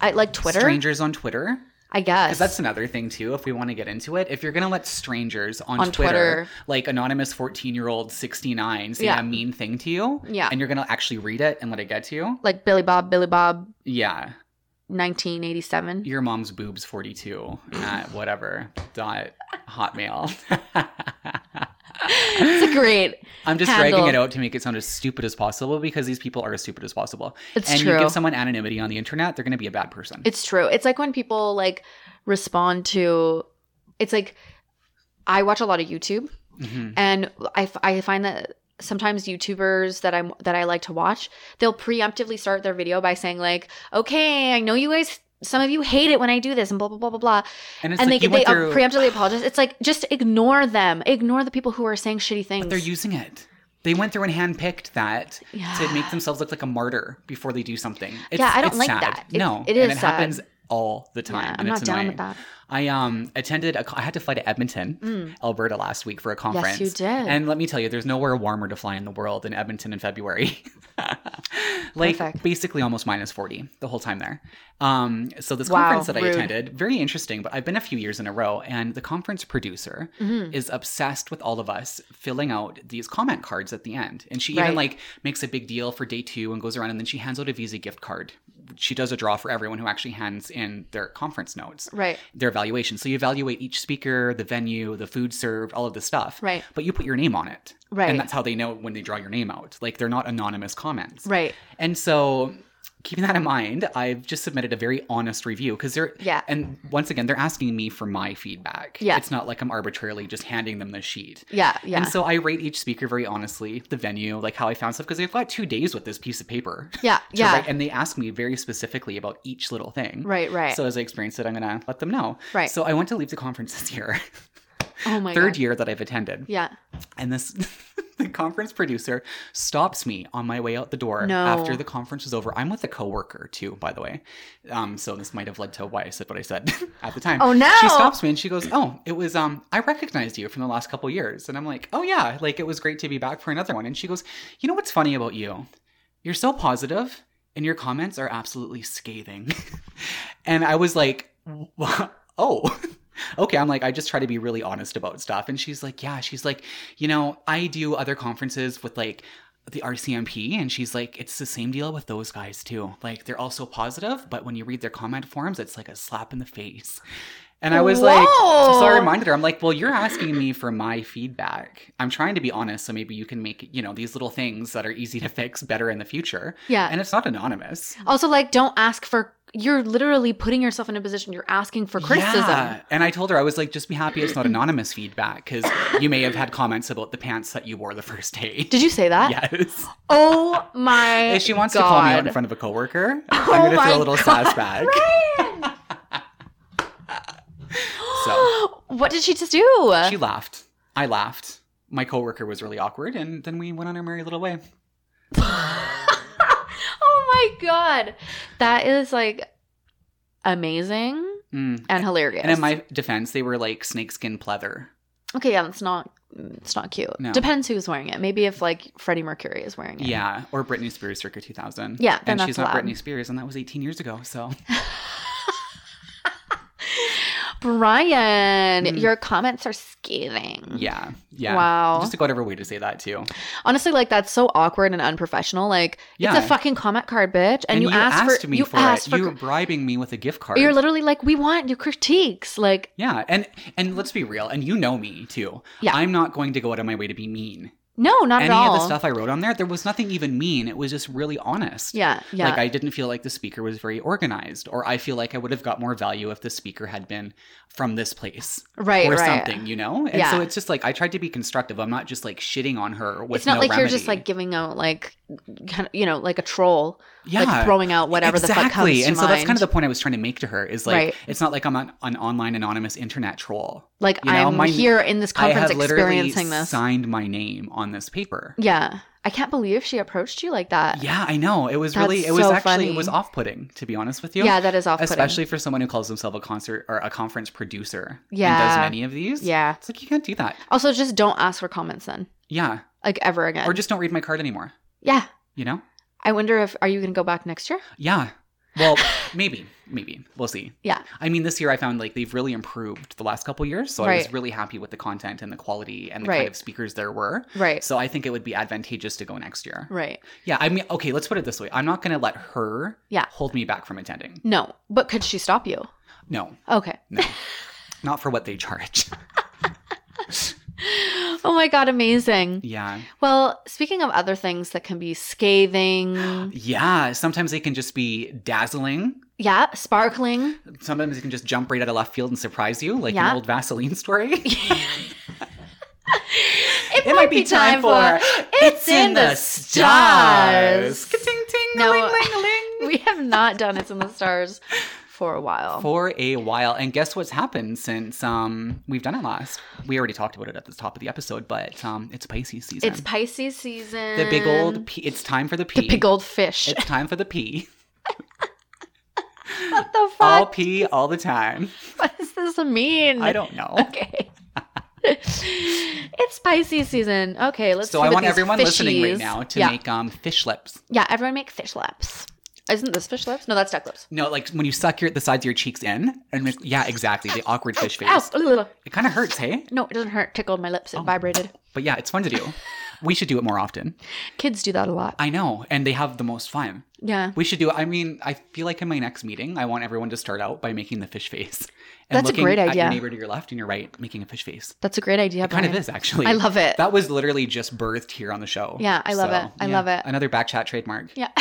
I, like Twitter?
Strangers on Twitter?
I guess.
Because that's another thing, too, if we want to get into it. If you're going to let strangers on,
On
Twitter,
Twitter.
like anonymous 14 year old 69, say
Yeah.
a mean thing to you,
Yeah.
and you're going to actually read it and let it get to you,
like Billy Bob, Billy Bob,
yeah.
1987.
Your mom's boobs 42 at whatever dot hotmail.
it's a great.
I'm just
handle.
dragging it out to make it sound as stupid as possible because these people are as stupid as possible.
It's
and
true.
you give someone anonymity on the internet, they're going to be a bad person.
It's true. It's like when people like respond to. It's like I watch a lot of YouTube.
Mhm.
and I, f- I find that sometimes youtubers that i'm that i like to watch they'll preemptively start their video by saying like okay i know you guys some of you hate it when i do this and blah blah blah blah blah
And, it's
and
like
they,
you
they
went
uh,
through,
preemptively apologize it's like just ignore them ignore the people who are saying shitty things
But they're using it. They went through and handpicked that
yeah.
to make themselves look like a martyr before they do something. It's,
Yeah, I don't
it's
like
sad.
that. It-
no,
it
and
is
it
sad.
happens all the time.
yeah,
and
i'm not
it's
down
annoying.
with that
I um attended. A, co- I had to fly to Edmonton,
Mm.
Alberta last week for a conference.
yes you did
And let me tell you, there's nowhere warmer to fly in the world than Edmonton in February. like
Perfect.
basically almost minus 40 the whole time there. Um, so this
Wow,
conference that I
rude.
attended, very interesting, but I've been a few years in a row, and the conference producer
Mhm.
is obsessed with all of us filling out these comment cards at the end. And she
Right.
even like makes a big deal for day two and goes around and then she hands out a Visa gift card. She does a draw for everyone who actually hands in their conference notes,
right
their evaluation. So you evaluate each speaker, the venue, the food served, all of this stuff.
right
But you put your name on it.
right
And that's how they know when they draw your name out. Like they're not anonymous comments.
right
And so keeping that in mind, I've just submitted a very honest review because they're
Yeah.
and once again they're asking me for my feedback.
Yeah.
It's not like I'm arbitrarily just handing them the sheet.
Yeah, yeah.
And so I rate each speaker very honestly, the venue, like how I found stuff, because they've got two days with this piece of paper. to
yeah, yeah.
write, and they ask me very specifically about each little thing.
right, right.
So as I experience it, I'm gonna let them know.
right.
So I want to leave the conference this year,
oh my
third
god.
year that I've attended,
Yeah.
and this the conference producer stops me on my way out the door
No.
after the conference is over. I'm with a coworker too, by the way. Um, so this might have led to why I said what I said at the time.
Oh no.
She stops me and she goes, "Oh, it was um I recognized you from the last couple years." And I'm like, "Oh yeah, like it was great to be back for another one." And she goes, "You know what's funny about you? You're so positive and your comments are absolutely scathing." and I was like, "Oh, okay." I'm like, "I just try to be really honest about stuff." And she's like, "Yeah, she's like, you know, I do other conferences with like the RCMP, and she's like, it's the same deal with those guys too. Like, they're all so positive, but when you read their comment forms, it's like a slap in the face. And I was like,
Whoa.
so I reminded her, I'm like, well, you're asking me for my feedback. I'm trying to be honest, so maybe you can make, you know, these little things that are easy to fix better in the future.
Yeah.
And it's not anonymous.
also, like, don't ask for. You're literally putting yourself in a position. You're asking for criticism.
Yeah. And I told her, I was like, just be happy it's not anonymous feedback because you may have had comments about the pants that you wore the first day.
Did you say that?
Yes.
Oh my.
If she wants to call me out in
God.
front of a coworker,
Oh
I'm going to
my
throw a little
God,
sass back.
what did she just do?
She laughed. I laughed. My coworker was really awkward, and then we went on our merry little way.
oh my god, that is like amazing
Mm.
and hilarious.
And in my defense, they were like snakeskin pleather.
okay, yeah, it's not it's not cute.
No.
Depends who's wearing it. Maybe if like Freddie Mercury is wearing it.
Yeah, or Britney Spears circa 2000.
Yeah, then
and
that's
she's not
allowed.
Britney Spears, and that was 18 years ago. So
Brian,
Mm.
your comments are scathing.
yeah, yeah.
Wow.
Just to go out of her way to say that too.
Honestly, like that's so awkward and unprofessional. Like
Yeah.
it's a fucking comment card, bitch. And, you, asked, for
me
you
for
asked
it.
for
you were bribing me with a gift card.
you're literally like, we want your critiques. Like
yeah, and and let's be real, and you know me too.
Yeah.
I'm not going to go out of my way to be mean.
no, not
any
at all.
of the stuff I wrote on there, there was nothing even mean. It was just really honest.
Yeah, yeah.
Like I didn't feel like the speaker was very organized, or I feel like I would have got more value if the speaker had been from this place
right,
or
right.
something, you know. And
Yeah.
so it's just like I tried to be constructive. I'm not just like shitting on her with
It's not
no
like you're
remedy.
just like giving out like, kind of, you know, like a troll,
yeah.
like throwing out whatever
exactly.
the fuck comes to
and so
mind.
that's kind of the point I was trying to make to her is like
Right.
it's not like I'm an, an online anonymous internet troll.
like
you know,
I'm
my-
here in this
I
conference
have literally
experiencing this.
signed my name on this paper.
yeah, I can't believe she approached you like that.
Yeah, I know. It was
That's
really it was
so
actually
funny.
it was off-putting to be honest with you.
Yeah, that is off-putting.
especially for someone who calls himself a concert or a conference producer and does
Yeah.
many of these
yeah.
it's like you can't do that
Also, just don't ask for comments then,
yeah
like ever again.
or just don't read my card anymore
yeah.
you know
I wonder if are you gonna go back next year?
yeah well maybe maybe we'll see
Yeah.
i mean this year i found like they've really improved the last couple years so i was
Right.
really happy with the content and the quality and the
Right.
kind of speakers there were
Right.
so i think it would be advantageous to go next year
Right.
yeah i mean okay let's put it this way i'm not going to let her
Yeah.
hold me back from attending
No, but could she stop you?
no
Okay.
no not for what they charge
Oh my god, amazing.
yeah
Well, speaking of other things that can be scathing,
Yeah, sometimes they can just be dazzling.
yeah, sparkling.
Sometimes they can just jump right out of left field and surprise you, like
Yeah.
an old Vaseline story. it,
It, might, be, time, for It's in the Stars.
Ka-ting, ting,
No.
ling, ling, ling.
we have not done It's in the Stars for a while.
For a while, and guess what's happened since um we've done it last? We already talked about it at the top of the episode, but um it's Pisces season.
it's Pisces season.
the big old. P- it's time for the P.
the big old fish.
It's time for the P.
what the
all
fuck?
P all the time.
what does this mean?
I don't know.
Okay. it's Pisces season. Okay, let's.
so
see
I
what
want
these
everyone listening right
fishies-
now to
yeah.
make um fish lips.
Yeah, everyone make fish lips. Isn't this fish lips? No, that's duck lips.
No, like when you suck your the sides of your cheeks in, and make- yeah, exactly the awkward fish face.
Ow! ugh.
It kind of hurts, hey?
No, it doesn't hurt. Tickled my lips. It
Oh.
vibrated.
But yeah, it's fun to do. we should do it more often.
Kids do that a lot.
I know, and they have the most fun.
yeah.
We should do. I mean, I feel like in my next meeting, I want everyone to start out by making the fish face. And
That's a
looking
great
at
idea.
Your neighbor to your left and your right, making a fish face.
That's a great idea.
It kind of
Brian.
is actually.
I love it.
That was literally just birthed here on the show.
Yeah, I love it. I love it.
Another backchat trademark.
yeah.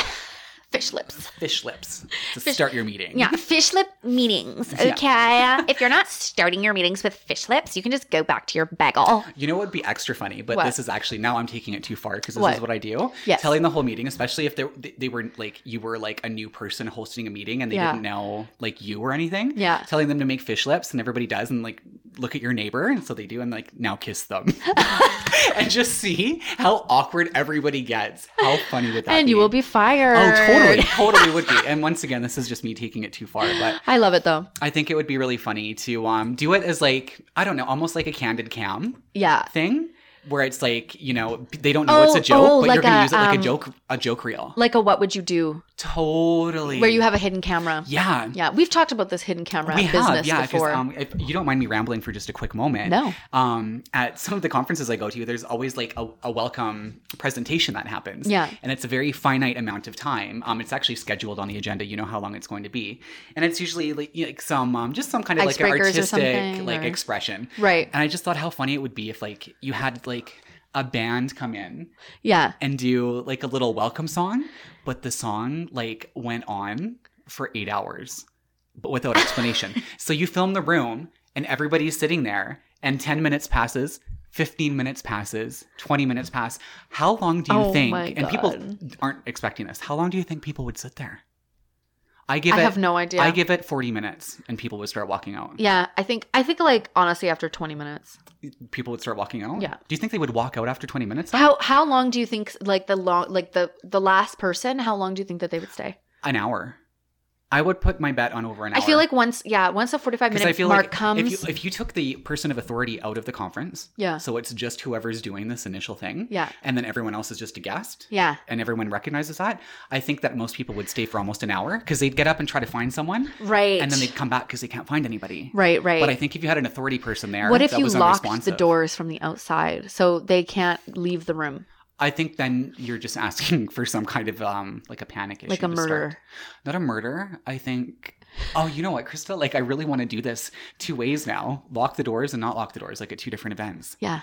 Fish lips.
Fish lips to
Fish-
start your meeting.
Yeah, fish lip meetings.
Yeah.
Okay. if you're not starting your meetings with fish lips, you can just go back to your bagel.
You know what would be extra funny, but
What?
this is actually now I'm taking it too far because this
What?
is what I do.
Yes.
Telling the whole meeting, especially if they, they they were like you were like a new person hosting a meeting and they
Yeah.
didn't know like you or anything.
Yeah.
Telling them to make fish lips and everybody does and like look at your neighbor and so they do and like now kiss them and just see how awkward everybody gets. How funny would that
and
be?
you will be fired.
Oh, totally, totally would be. And once again, this is just me taking it too far, but
I love it though.
I think it would be really funny to um do it as like I don't know, almost like a candid cam
Yeah.
thing where it's like you know they don't know it's a
Oh,
joke,
oh,
but
like
you're gonna
a,
use it like
um,
a joke, a joke reel.
Like a what would you do
totally.
where you have a hidden camera.
yeah.
Yeah, we've talked about this hidden camera
We
business
have, yeah. 'cause,
before.
um, if you don't mind me rambling for just a quick moment,
No.
Um, at some of the conferences I go to, there's always like a, a welcome presentation that happens.
Yeah.
and it's a very finite amount of time. Um, it's actually scheduled on the agenda. You know how long it's going to be, and it's usually like, you know, like some um, just some kind of like
Icebreakers or
artistic
something,
like
or-
expression.
right.
And I just thought how funny it would be if like you had like a band come in
Yeah.
and do like a little welcome song, but the song like went on for eight hours, but without explanation. so you film the room and everybody's sitting there, and 10 minutes passes. 15 minutes passes, 20 minutes pass. How long do you
Oh
think,
my
and people
God.
aren't expecting this, how long do you think people would sit there? I give
I
it,
have no idea.
I give it 40 minutes and people would start walking out.
yeah, I think I think like honestly after 20 minutes.
People would start walking out.
Yeah.
Do you think they would walk out after 20 minutes?
How how long do you think like the long like the the last person? How long do you think that they would stay?
An hour. I would put my bet on over an hour.
I feel like once yeah once the forty five
Because
minute
I feel
mark
like
comes
if you if you took the person of authority out of the conference,
yeah
so it's just whoever's doing this initial thing,
yeah
and then everyone else is just a guest,
yeah
and everyone recognizes that. I think that most people would stay for almost an hour because they'd get up and try to find someone,
right
and then they'd come back because they can't find anybody.
right right.
But I think if you had an authority person there,
what if
that
you
was
locked the
unresponsive,
doors from the outside so they can't leave the room
I think then you're just asking for some kind of um like a panic issue,
like a
to start.
murder?
not a murder. I think. Oh, you know what, Krista? Like, I really want to do this two ways now: lock the doors and not lock the doors, like at two different events.
Yeah.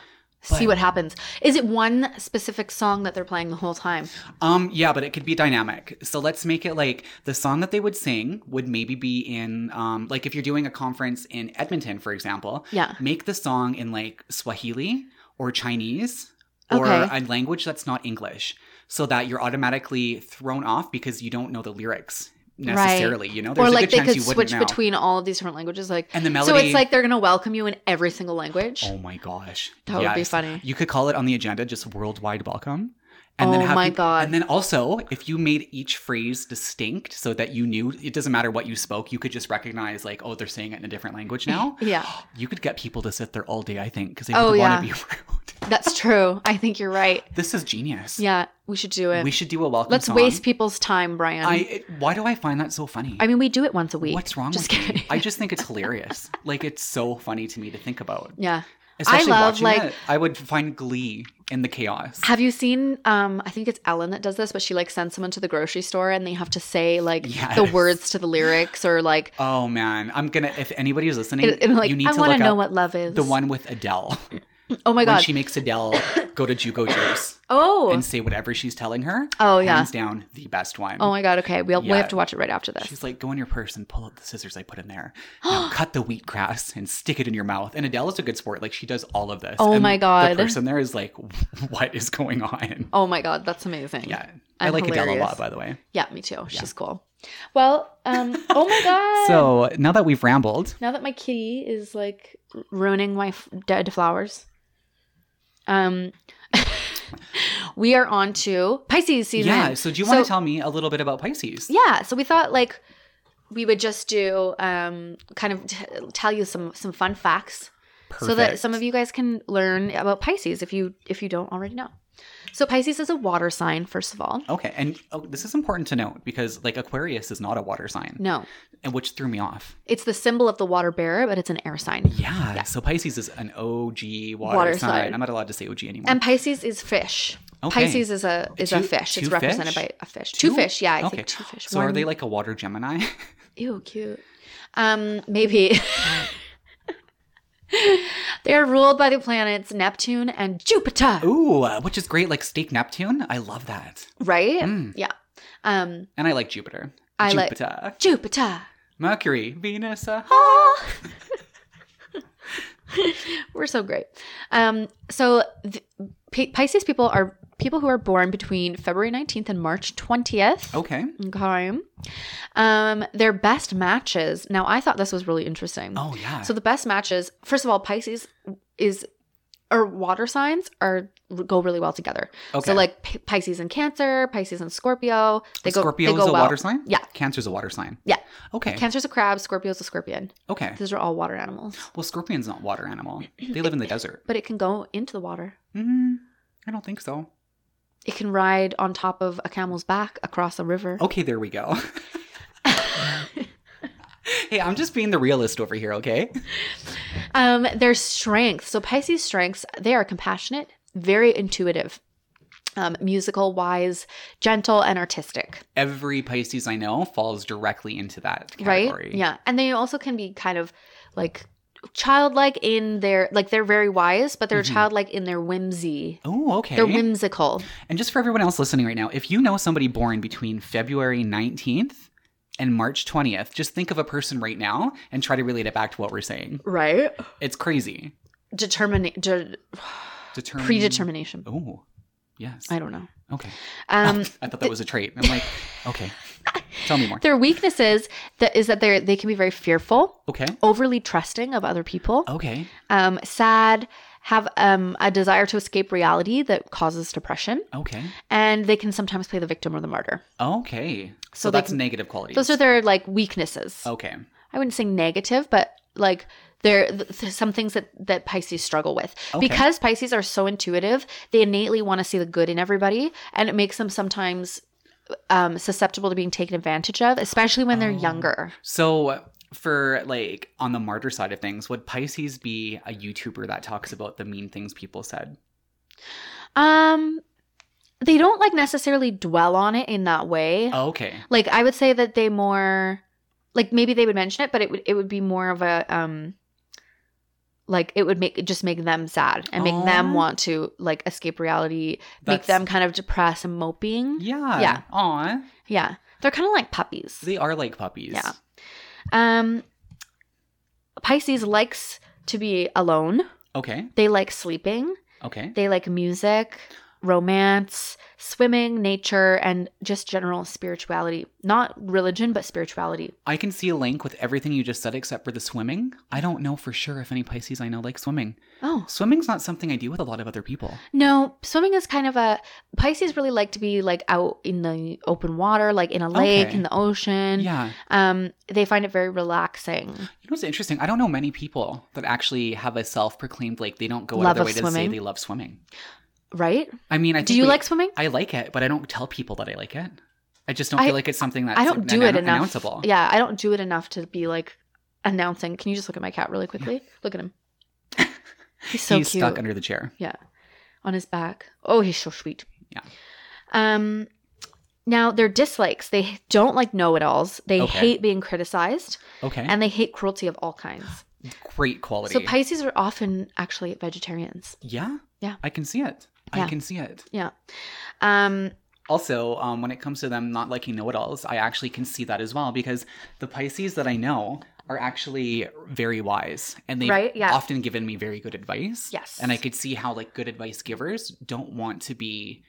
But-
See what happens. Is it one specific song that they're playing the whole time?
Um, yeah, but it could be dynamic. So let's make it like the song that they would sing would maybe be in, um, like if you're doing a conference in Edmonton, for example,
Yeah.
make the song in like Swahili or Chinese or
Okay.
a language that's not English, so that you're automatically thrown off because you don't know the lyrics necessarily. You know,
or
a
like
good
they
chance
could
you wouldn't
switch
know.
between all of these different languages. Like
and the
so
melody.
it's like they're gonna welcome you in every single language.
oh my gosh,
that would be
Yes.
funny.
You could call it on the agenda just worldwide welcome.
Oh my God.
And then also, if you made each phrase distinct so that you knew it doesn't matter what you spoke, you could just recognize, like, oh, they're saying it in a different language now.
Yeah.
You could get people to sit there all day, I think, because they
Oh,
would
yeah.
want to be rude.
That's true. I think you're right.
This is genius.
Yeah, we should do it.
We should do a welcome
Let's
song.
waste people's time, Brian.
I,
I,
it- why do I find that so funny?
mean, we do it once a week.
What's wrong
Just
with me?
kidding.
I just think it's hilarious. like, it's so funny to me to think about.
yeah.
Especially
love,
watching
like-
it. I would find glee in the chaos.
Have you seen? Um, I think it's Ellen that does this, but she like sends someone to the grocery store and they have to say like the
Yes.
words to the lyrics or like
Oh man, I'm gonna. If anybody's listening,
it, it- like
you need
I
to
want
look
to know
up
what love is.
the one with Adele.
Oh my
when
god.
she makes Adele go to Juco Juice
oh.
and say whatever she's telling her.
Oh, yeah.
hands down the best one.
oh my god. Okay, we'll we
Yeah.
have to watch it right after this.
She's like, go in your purse and pull out the scissors I put in there. Now cut the wheat grass and stick it in your mouth. And Adele is a good sport. Like she does all of this.
Oh
And
my God.
The person there is like, what is going on?
Oh my god, that's amazing.
Yeah, i
I'm
like Adele a
hilarious.
lot, by the way.
Yeah, me too. She's cool. Well, um, oh my god.
So now that we've rambled,
now that my kitty is like ruining my f- dead flowers, um, we are on to Pisces season.
yeah. So do you want to
So-
tell me a little bit about Pisces?
Yeah, so we thought like we would just do um, kind of t- tell you some some fun facts so that some of you guys can learn about Pisces if you if you don't already know. So Pisces is a water sign, first of all.
Okay, and oh, this is important to note because like Aquarius is not a water sign,
No,
and which threw me off.
it's the symbol of the water bearer, but it's an air sign.
Yeah, so Pisces is an OG water,
Water
sign.
sign.
I'm not allowed to say OG anymore.
And Pisces is fish.
Okay.
Pisces is a is a
Two-
fish. It's
two
represented
fish?
by a fish. Two,
Two?
fish, yeah. I
Okay.
think two fish.
so are they like a water Gemini?
ew cute? Um, maybe. they are ruled by the planets Neptune and Jupiter.
Ooh, uh, which is great, like Steak Neptune. I love that.
Right?
Mm.
Yeah. Um,
And I like Jupiter.
I like-
Jupiter.
Jupiter.
Mercury, Venus. uh,
We're so great. Um, so th- P- Pisces people are people who are born between February 19th and March 20th.
okay.
Okay. Um, their best matches. Now, I thought this was really interesting.
Oh yeah.
So the best matches, first of all, Pisces is or water signs are go really well together.
okay.
So like P- Pisces and Cancer, Pisces and Scorpio, they go
Scorpio
they go
is a
well.
water sign.
Yeah.
Cancer's a water sign.
Yeah.
Okay.
Cancer's a crab, Scorpio's a scorpion.
okay.
These are all water animals.
Well, scorpion's not a water animal. They live in the desert.
But it can go into the water.
Mm, I don't think so.
It can ride on top of a camel's back across a river.
Okay, there we go. hey, I'm just being the realist over here. Okay.
um, their strengths. So Pisces strengths, they are compassionate, very intuitive, um, musical, wise, gentle, and artistic.
Every Pisces I know falls directly into that category.
Right? Yeah. And they also can be kind of like childlike in their like they're very wise, but they're
Mhm.
childlike in their whimsy.
Oh, okay.
They're whimsical.
And just for everyone else listening right now, if you know somebody born between February 19th and March 20th, just think of a person right now and try to relate it back to what we're saying.
Right?
It's crazy.
Determine de-
Determine-
predetermination.
Oh, yes.
I don't know.
Okay.
Um
I thought that was a trait. I'm like, okay. Tell me more.
their weaknesses that is that they they can be very fearful,
Okay.
overly trusting of other people,
Okay.
um sad, have um a desire to escape reality that causes depression,
Okay.
and they can sometimes play the victim or the martyr.
Okay. So,
So they
that's
can-
negative qualities.
Those are their like weaknesses.
okay.
I wouldn't say negative, but like there th- th- some things that that Pisces struggle with
Okay.
because Pisces are so intuitive. They innately want to see the good in everybody, and it makes them sometimes um, susceptible to being taken advantage of, especially when they're
Oh.
younger.
So for like on the martyr side of things, would Pisces be a YouTuber that talks about the mean things people said?
Um, they don't like necessarily dwell on it in that way.
Okay.
Like I would say that they more like maybe they would mention it, but it would it would be more of a um like it would make just make them sad and make
Aw.
them want to like escape reality, make
That's-
them kind of depressed and moping. Yeah.
Yeah.
Yeah.
Aw.
They're kind of like puppies.
They are like puppies.
Yeah. Um Pisces likes to be alone.
Okay.
They like sleeping.
Okay.
They like music, romance, swimming, nature, and just general spirituality. Not religion, but spirituality.
I can see a link with everything you just said except for the swimming. I don't know for sure if any Pisces I know like swimming.
Oh,
Swimming's not something I do with a lot of other people.
No, swimming is kind of a Pisces really like to be like out in the open water, like in a lake,
Okay.
in the ocean.
Yeah.
Um, they find it very relaxing.
You know what's interesting? I don't know many people that actually have a self proclaimed, like, they don't go out
Love
of their
of
way to say
swimming.
they love swimming.
Right?
I mean, I
Do
think
you
we-
like swimming?
I like it, but I don't tell people that I like it. I just don't
I-
feel like it's something that's
I don't do it
annou-
enough.
announceable.
Yeah, I don't do it enough to be like announcing. Can you just look at my cat really quickly? Look at him. He's so
He's
cute.
stuck under the chair.
on his back. Oh, he's so sweet.
Yeah.
Um now their dislikes. They don't like know-it-alls. They
Okay.
hate being criticized
Okay.
and they hate cruelty of all kinds.
Great quality.
So Pisces are often actually vegetarians.
yeah.
Yeah.
I can see it. I
Yeah.
can see it.
Um,
Also, um, when it comes to them not liking know it alls, I actually can see that as well because the Pisces that I know are actually very wise and they've
Right, yeah.
often given me very good advice.
Yes.
And I could see how, like, good advice givers don't want to be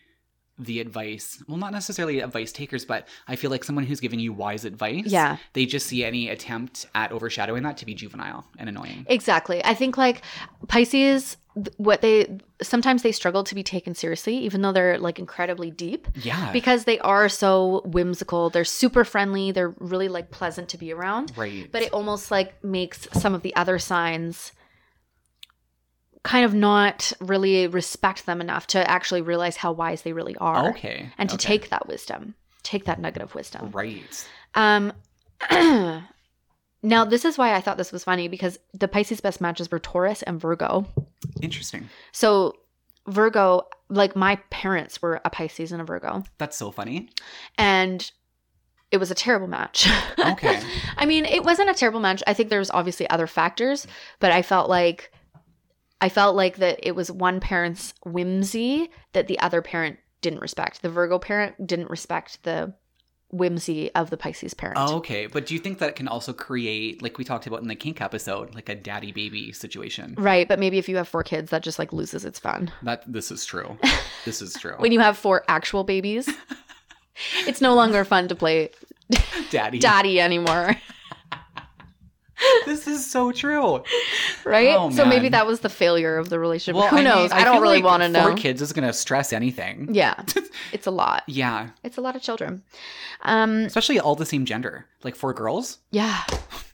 the advice, well, not necessarily advice takers, but I feel like someone who's giving you wise advice,
Yeah.
they just see any attempt at overshadowing that to be juvenile and annoying.
exactly. I think like Pisces, th- what they sometimes they struggle to be taken seriously, even though they're like incredibly deep
yeah.
because they are so whimsical. They're super friendly. They're really like pleasant to be around,
right.
but it almost like makes some of the other signs kind of not really respect them enough to actually realize how wise they really are
okay.
and to
okay.
take that wisdom, take that nugget of wisdom.
Right.
Um, now this is why I thought this was funny because the Pisces best matches were Taurus and Virgo.
Interesting.
So Virgo, like my parents were a Pisces and a Virgo,
That's so funny.
and it was a terrible match.
Okay.
I mean, it wasn't a terrible match. I think there was obviously other factors, but I felt like I felt like that it was one parent's whimsy that the other parent didn't respect. The Virgo parent didn't respect the whimsy of the Pisces parent.
Oh, okay. But do you think that it can also create, like we talked about in the kink episode, like a daddy baby situation?
Right, but maybe if you have four kids, that just like loses its fun.
That this is true. This is true.
When you have four actual babies, it's no longer fun to play
daddy.
daddy anymore,
This is so true.
right?
Oh,
so maybe
man.
that was the failure of the relationship.
Well,
Who
mean,
knows? I, don't
feel
really
like
want to know.
Four kids is going to stress anything.
Yeah, it's a lot.
Yeah.
It's a lot of children. Um,
Especially all the same gender. Like four girls?
yeah,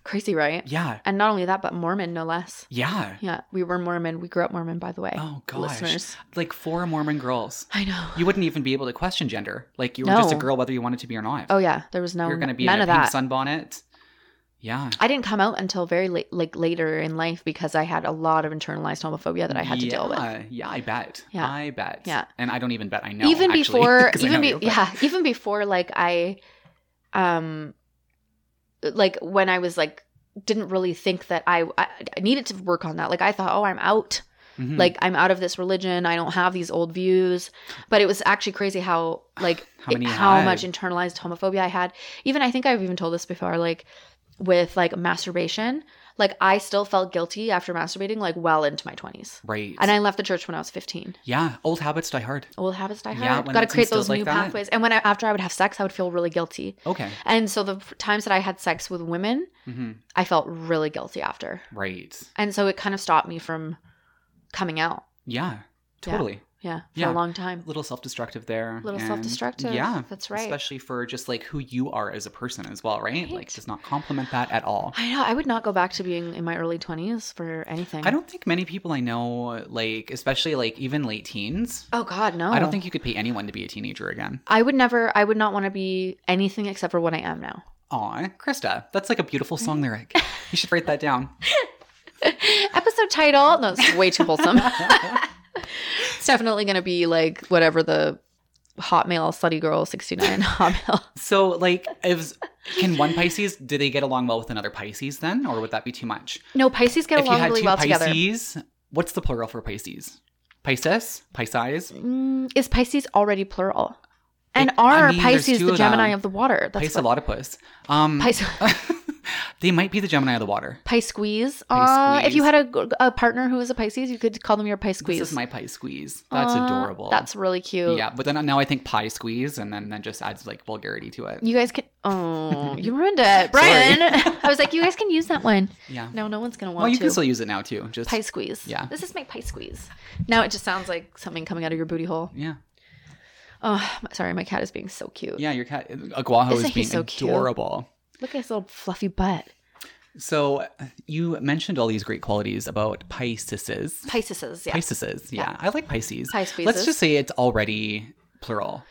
crazy, right?
Yeah.
And not only that, but Mormon, no less.
Yeah.
Yeah, we were Mormon. We grew up Mormon, by the way.
Oh gosh.
Listeners,
Like four Mormon girls.
I know.
You wouldn't even be able to question gender. Like you were just a
No.
girl whether you wanted to be or not.
Oh yeah, there was no
You're going to be in
none
a
of
pink
that.
sunbonnet. Yeah.
I didn't come out until very late, like later in life, because I had a lot of internalized homophobia that I had to deal with.
Yeah, Yeah, I bet.
Yeah.
I bet.
Yeah.
And I don't even bet I know.
even
actually,
before,
'cause I
even
know
be,
you, but-
yeah, even before, like I, um, like when I was like didn't really think that I, I I needed to work on that. Like I thought, oh, I'm out.
Mhm.
Like I'm out of this religion. I don't have these old views. But it was actually crazy how like
How many you
how
had.
much internalized homophobia I had. Even I think I've even told this before, like with like masturbation, like I still felt guilty after masturbating like well into my twenties.
Right.
And I left the church when I was fifteen. Oh,
yeah, old habits die hard.
Old habits die
Yeah,
hard.
when
Got to
it's
create
instilled
those
like
new
that.
pathways. And when I, after I would have sex, I would feel really guilty.
Okay.
And so the f- times that I had sex with women,
hmm
I felt really guilty after.
Right.
And so it kind of stopped me from coming out.
Yeah. Totally.
Yeah, for
Yeah.
a long time.
A little self-destructive there.
Little
and-
self-destructive.
Yeah.
that's right.
Especially for just like who you are as a person as well, right? Like
Right.
does not compliment that at all.
I know. I would not go back to being in my early twenties for anything.
I don't think many people I know, like especially like even late teens.
Oh God, no.
I don't think you could pay anyone to be a teenager again.
I would never. I would not want to be anything except for what I am now.
Aw, Krista, that's like a beautiful song lyric. You should write that down.
Episode title. No, it's way too wholesome. it's definitely gonna be like whatever the Hotmail slutty girl sixty nine Hotmail.
So, like, if can one Pisces do they get along well with another Pisces then, or would that be too much?
No, Pisces get
if you
along
had
really
two
well together.
Pisces, what's the plural for Pisces? Pisces, Pisces,
Mm, is Pisces already plural? And
Like, I
are
mean, there's
Pisces
two
the
of
Gemini
them.
of the water? That's what
Piscelotopus. Um,
Pisces.
they might be the Gemini of the water.
Pisces. squeeze.
Pisces.
if you had a, a partner who was a Pisces, you could call them your Pisces.
This is my Pie Squeeze. That's
Aw,
adorable.
That's really cute.
yeah, but then now I think Pie Squeeze, and then that just adds like vulgarity to it.
You guys can. Oh, you ruined it, Brian. I was like, you guys can use that one.
Yeah.
No, no one's gonna want
Well, you
to.
can still use it now too. Just
pie squeeze.
Yeah.
This is my pie squeeze. Now it just sounds like something coming out of your booty hole.
yeah,
Oh, my- sorry, my cat is being so cute.
yeah. Your cat Aguajo
Isn't
is
he
being
so cute?
adorable.
Look at his little fluffy butt.
So you mentioned all these great qualities about Pisces.
Pisces, yeah.
Pisces, yeah. I like Pisces.
Pisces.
Let's just say it's already plural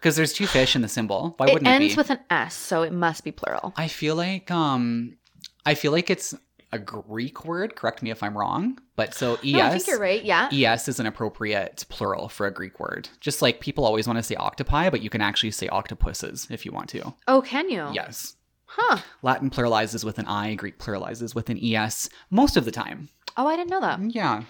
because there's two fish in the symbol. Why
it
wouldn't
ends
it be?
with an S, so it must be plural.
I feel like um, I feel like it's a Greek word. Correct me if I'm wrong, but so E es.
No, I think you're right. Yeah.
ES is an appropriate plural for a Greek word. Just like people always want to say octopi, but you can actually say octopuses if you want to.
Oh, can you?
Yes.
Huh.
Latin pluralizes with an I, Greek pluralizes with an ES most of the time.
Oh, I didn't know that.
Yeah.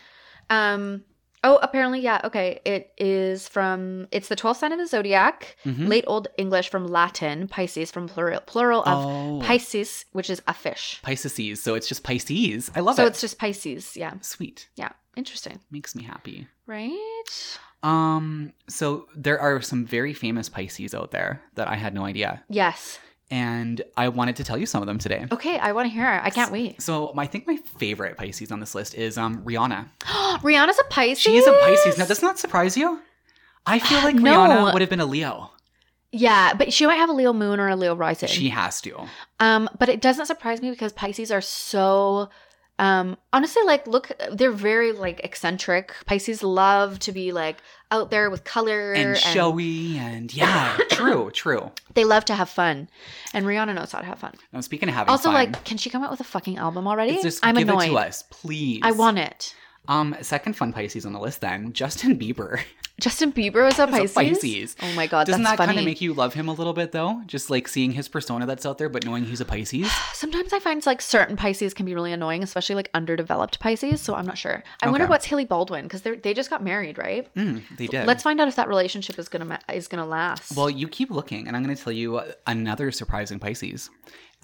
Um. Oh, apparently, yeah. Okay, it is from. It's the twelfth sign of the zodiac.
Mhm.
Late Old English from Latin. Pisces from plural plural of
oh,
Pisces, which is a fish.
Pisces. So it's just Pisces. I love
so
it.
it's just Pisces. Yeah.
sweet.
Yeah. Interesting.
Makes me happy.
Right?
Um, so there are some very famous Pisces out there that I had no idea,
Yes.
and I wanted to tell you some of them today.
Okay, I want to hear. it. I can't wait.
So my, I think my favorite Pisces on this list is um Rihanna.
Rihanna's a Pisces.
She is a Pisces. Now, does not surprise you? I feel like
No.
Rihanna would have been a Leo.
Yeah, but she might have a Leo moon or a Leo rising.
She has to.
um, but it doesn't surprise me because Pisces are so um honestly like look they're very like eccentric. Pisces love to be like out there with color
And showy and yeah, true, true.
they love to have fun. And Rihanna knows how to have fun.
Now speaking of having
Also
fun,
like can she come out with a fucking album already?
just
I'm
give
annoyed.
it to us, please.
I want it.
Um, second fun Pisces on the list then, Justin Bieber.
Justin Bieber was a
He's
Pisces.
a Pisces.
Oh my god,
Doesn't
that's
that
funny.
kind of make you love him a little bit though? Just like seeing his persona that's out there, but knowing he's a Pisces.
Uh, Sometimes I find like certain Pisces can be really annoying, especially like underdeveloped Pisces. So I'm not sure. I wonder
Okay.
what's Haley Baldwin because they they just got married, right?
Mm, they did.
Let's find out if that relationship is gonna ma- is gonna last.
Well, you keep looking, and I'm going to tell you another surprising Pisces,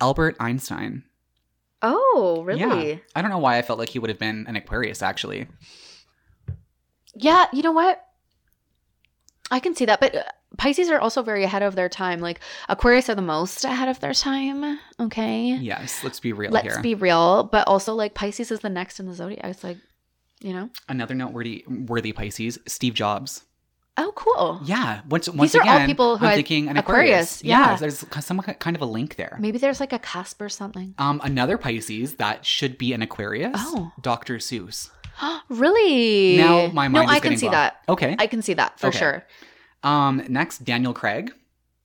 Albert Einstein.
oh really?
Yeah. I don't know why I felt like he would have been an Aquarius actually.
Yeah, you know what? I can see that, but uh, Pisces are also very ahead of their time. Like Aquarius are the most ahead of their time. Okay,
Yes, let's be real
let's
here.
be real. But also, like Pisces is the next in the zodiac. It's like, you know,
Another noteworthy worthy Pisces, Steve Jobs.
oh cool.
Yeah, once once
are all
again,
people who
I'm
I-
thinking an
Aquarius,
Aquarius.
yeah.
there's k- some ki- kind of a link there.
Maybe there's like a Casper something.
Um, another Pisces that should be an Aquarius,
Oh.
Dr. Seuss.
really?
Now my mind
No,
is
I can
getting
see
blocked.
that.
Okay.
I can see that for
Okay.
sure.
um, next Daniel Craig,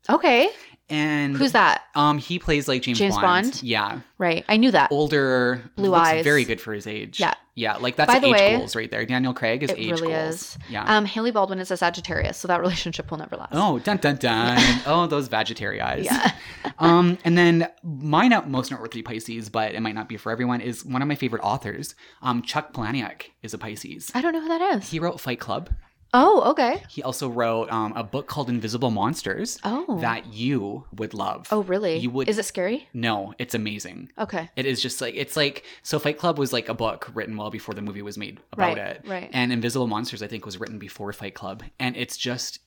Okay,
and
who's that?
Um, he plays like James,
James
Bond.
Bond?
Yeah,
Right, I knew that.
older,
Blue
looks
eyes.
very good for his age.
Yeah.
yeah, like that's
By the
age
way,
goals right there. Daniel Craig is
it
age
really
goals.
is.
Yeah.
Um, Haley Baldwin is a Sagittarius, so that relationship will never last.
Oh, dun dun dun. oh, those Vegetaria eyes.
Yeah.
um, and then my not, most noteworthy Pisces, but it might not be for everyone, is one of my favorite authors. Um, Chuck Palahniuk is a Pisces.
I don't know who that is.
He wrote Fight Club.
Oh, okay.
He also wrote um, a book called Invisible Monsters
Oh.
that you would love.
Oh, really?
You would-
Is it scary?
No, it's amazing.
Okay.
It is just like it's like so Fight Club was like a book written well before the movie was made about
Right,
it.
right.
And Invisible Monsters I think was written before Fight Club and it's just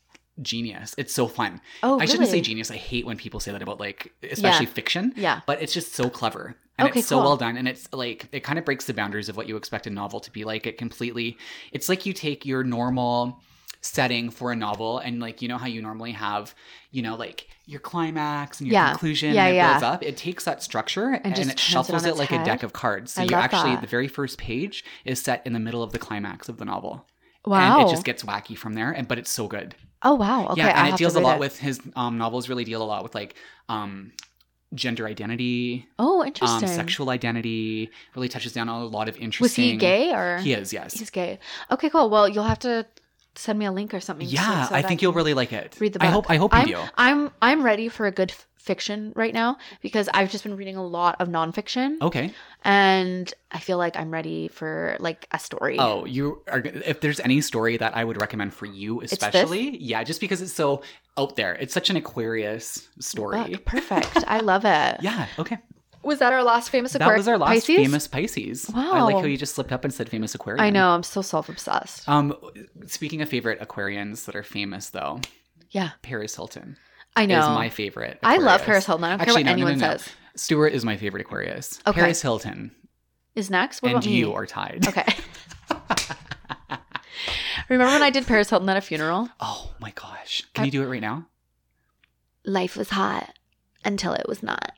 genius. It's so fun.
Oh,
I shouldn't say
really?
genius. I hate when people say that about like especially fiction.
Yeah.
But it's just so clever. And
Okay,
it's so
cool.
well done. And it's like it kind of breaks the boundaries of what you expect a novel to be like. It completely it's like you take your normal setting for a novel and like you know how you normally have, you know, like your climax and your
Yeah.
conclusion
Yeah,
and it
yeah.
builds up. It takes that structure and,
just
it
turns it
shuffles
on
it,
its
like
head.
a deck of cards. So
I
you
love
actually
that.
the very first page is set in the middle of the climax of the novel.
Wow.
And it just gets wacky from there and but it's so good
oh, wow. Okay.
yeah,
I'll
and
have
it
to
deals a
read
lot
it.
with his um, novels. Really deal a lot with like um, gender identity,
Oh,
um,
interesting.
sexual identity. Really touches down on a lot of interesting.
Was he gay or?
He is. Yes.
He's gay. Okay, cool. Well, you'll have to send me a link or something. so-
yeah,
so
I
that
think
can-
you'll really like it.
read the
I
book.
hope. I hope you
I'm,
do.
I'm I'm ready for a good f- fiction right now because I've just been reading a lot of nonfiction
Okay.
and I feel like I'm ready for like a story.
Oh, you are. g- If there's any story that I would recommend for you,
this?
especially, yeah, just because it's so out there. It's such an Aquarius story.
Look, perfect. I love it.
Yeah. Okay.
Was that our last famous
that
Aquarius?
was our last
Pisces?
famous Pisces. I like
Wow.
how you just slipped up and said famous Aquarius.
I know. I'm so self obsessed.
Um, speaking of favorite Aquarians that are famous, though,
yeah,
Paris Hilton
I know.
is my favorite.
I love Paris
Aquarius.
Hilton. I don't care
Actually,
what
no, no,
anyone
no, no.
says.
Stewart is my favorite Aquarius.
Okay.
Paris Hilton
Is next. What
and
about me?
you are tied.
okay. Remember when I did Paris Hilton at a funeral?
Oh my gosh! Can
I-
you do it right now?
Life was hot until it was not.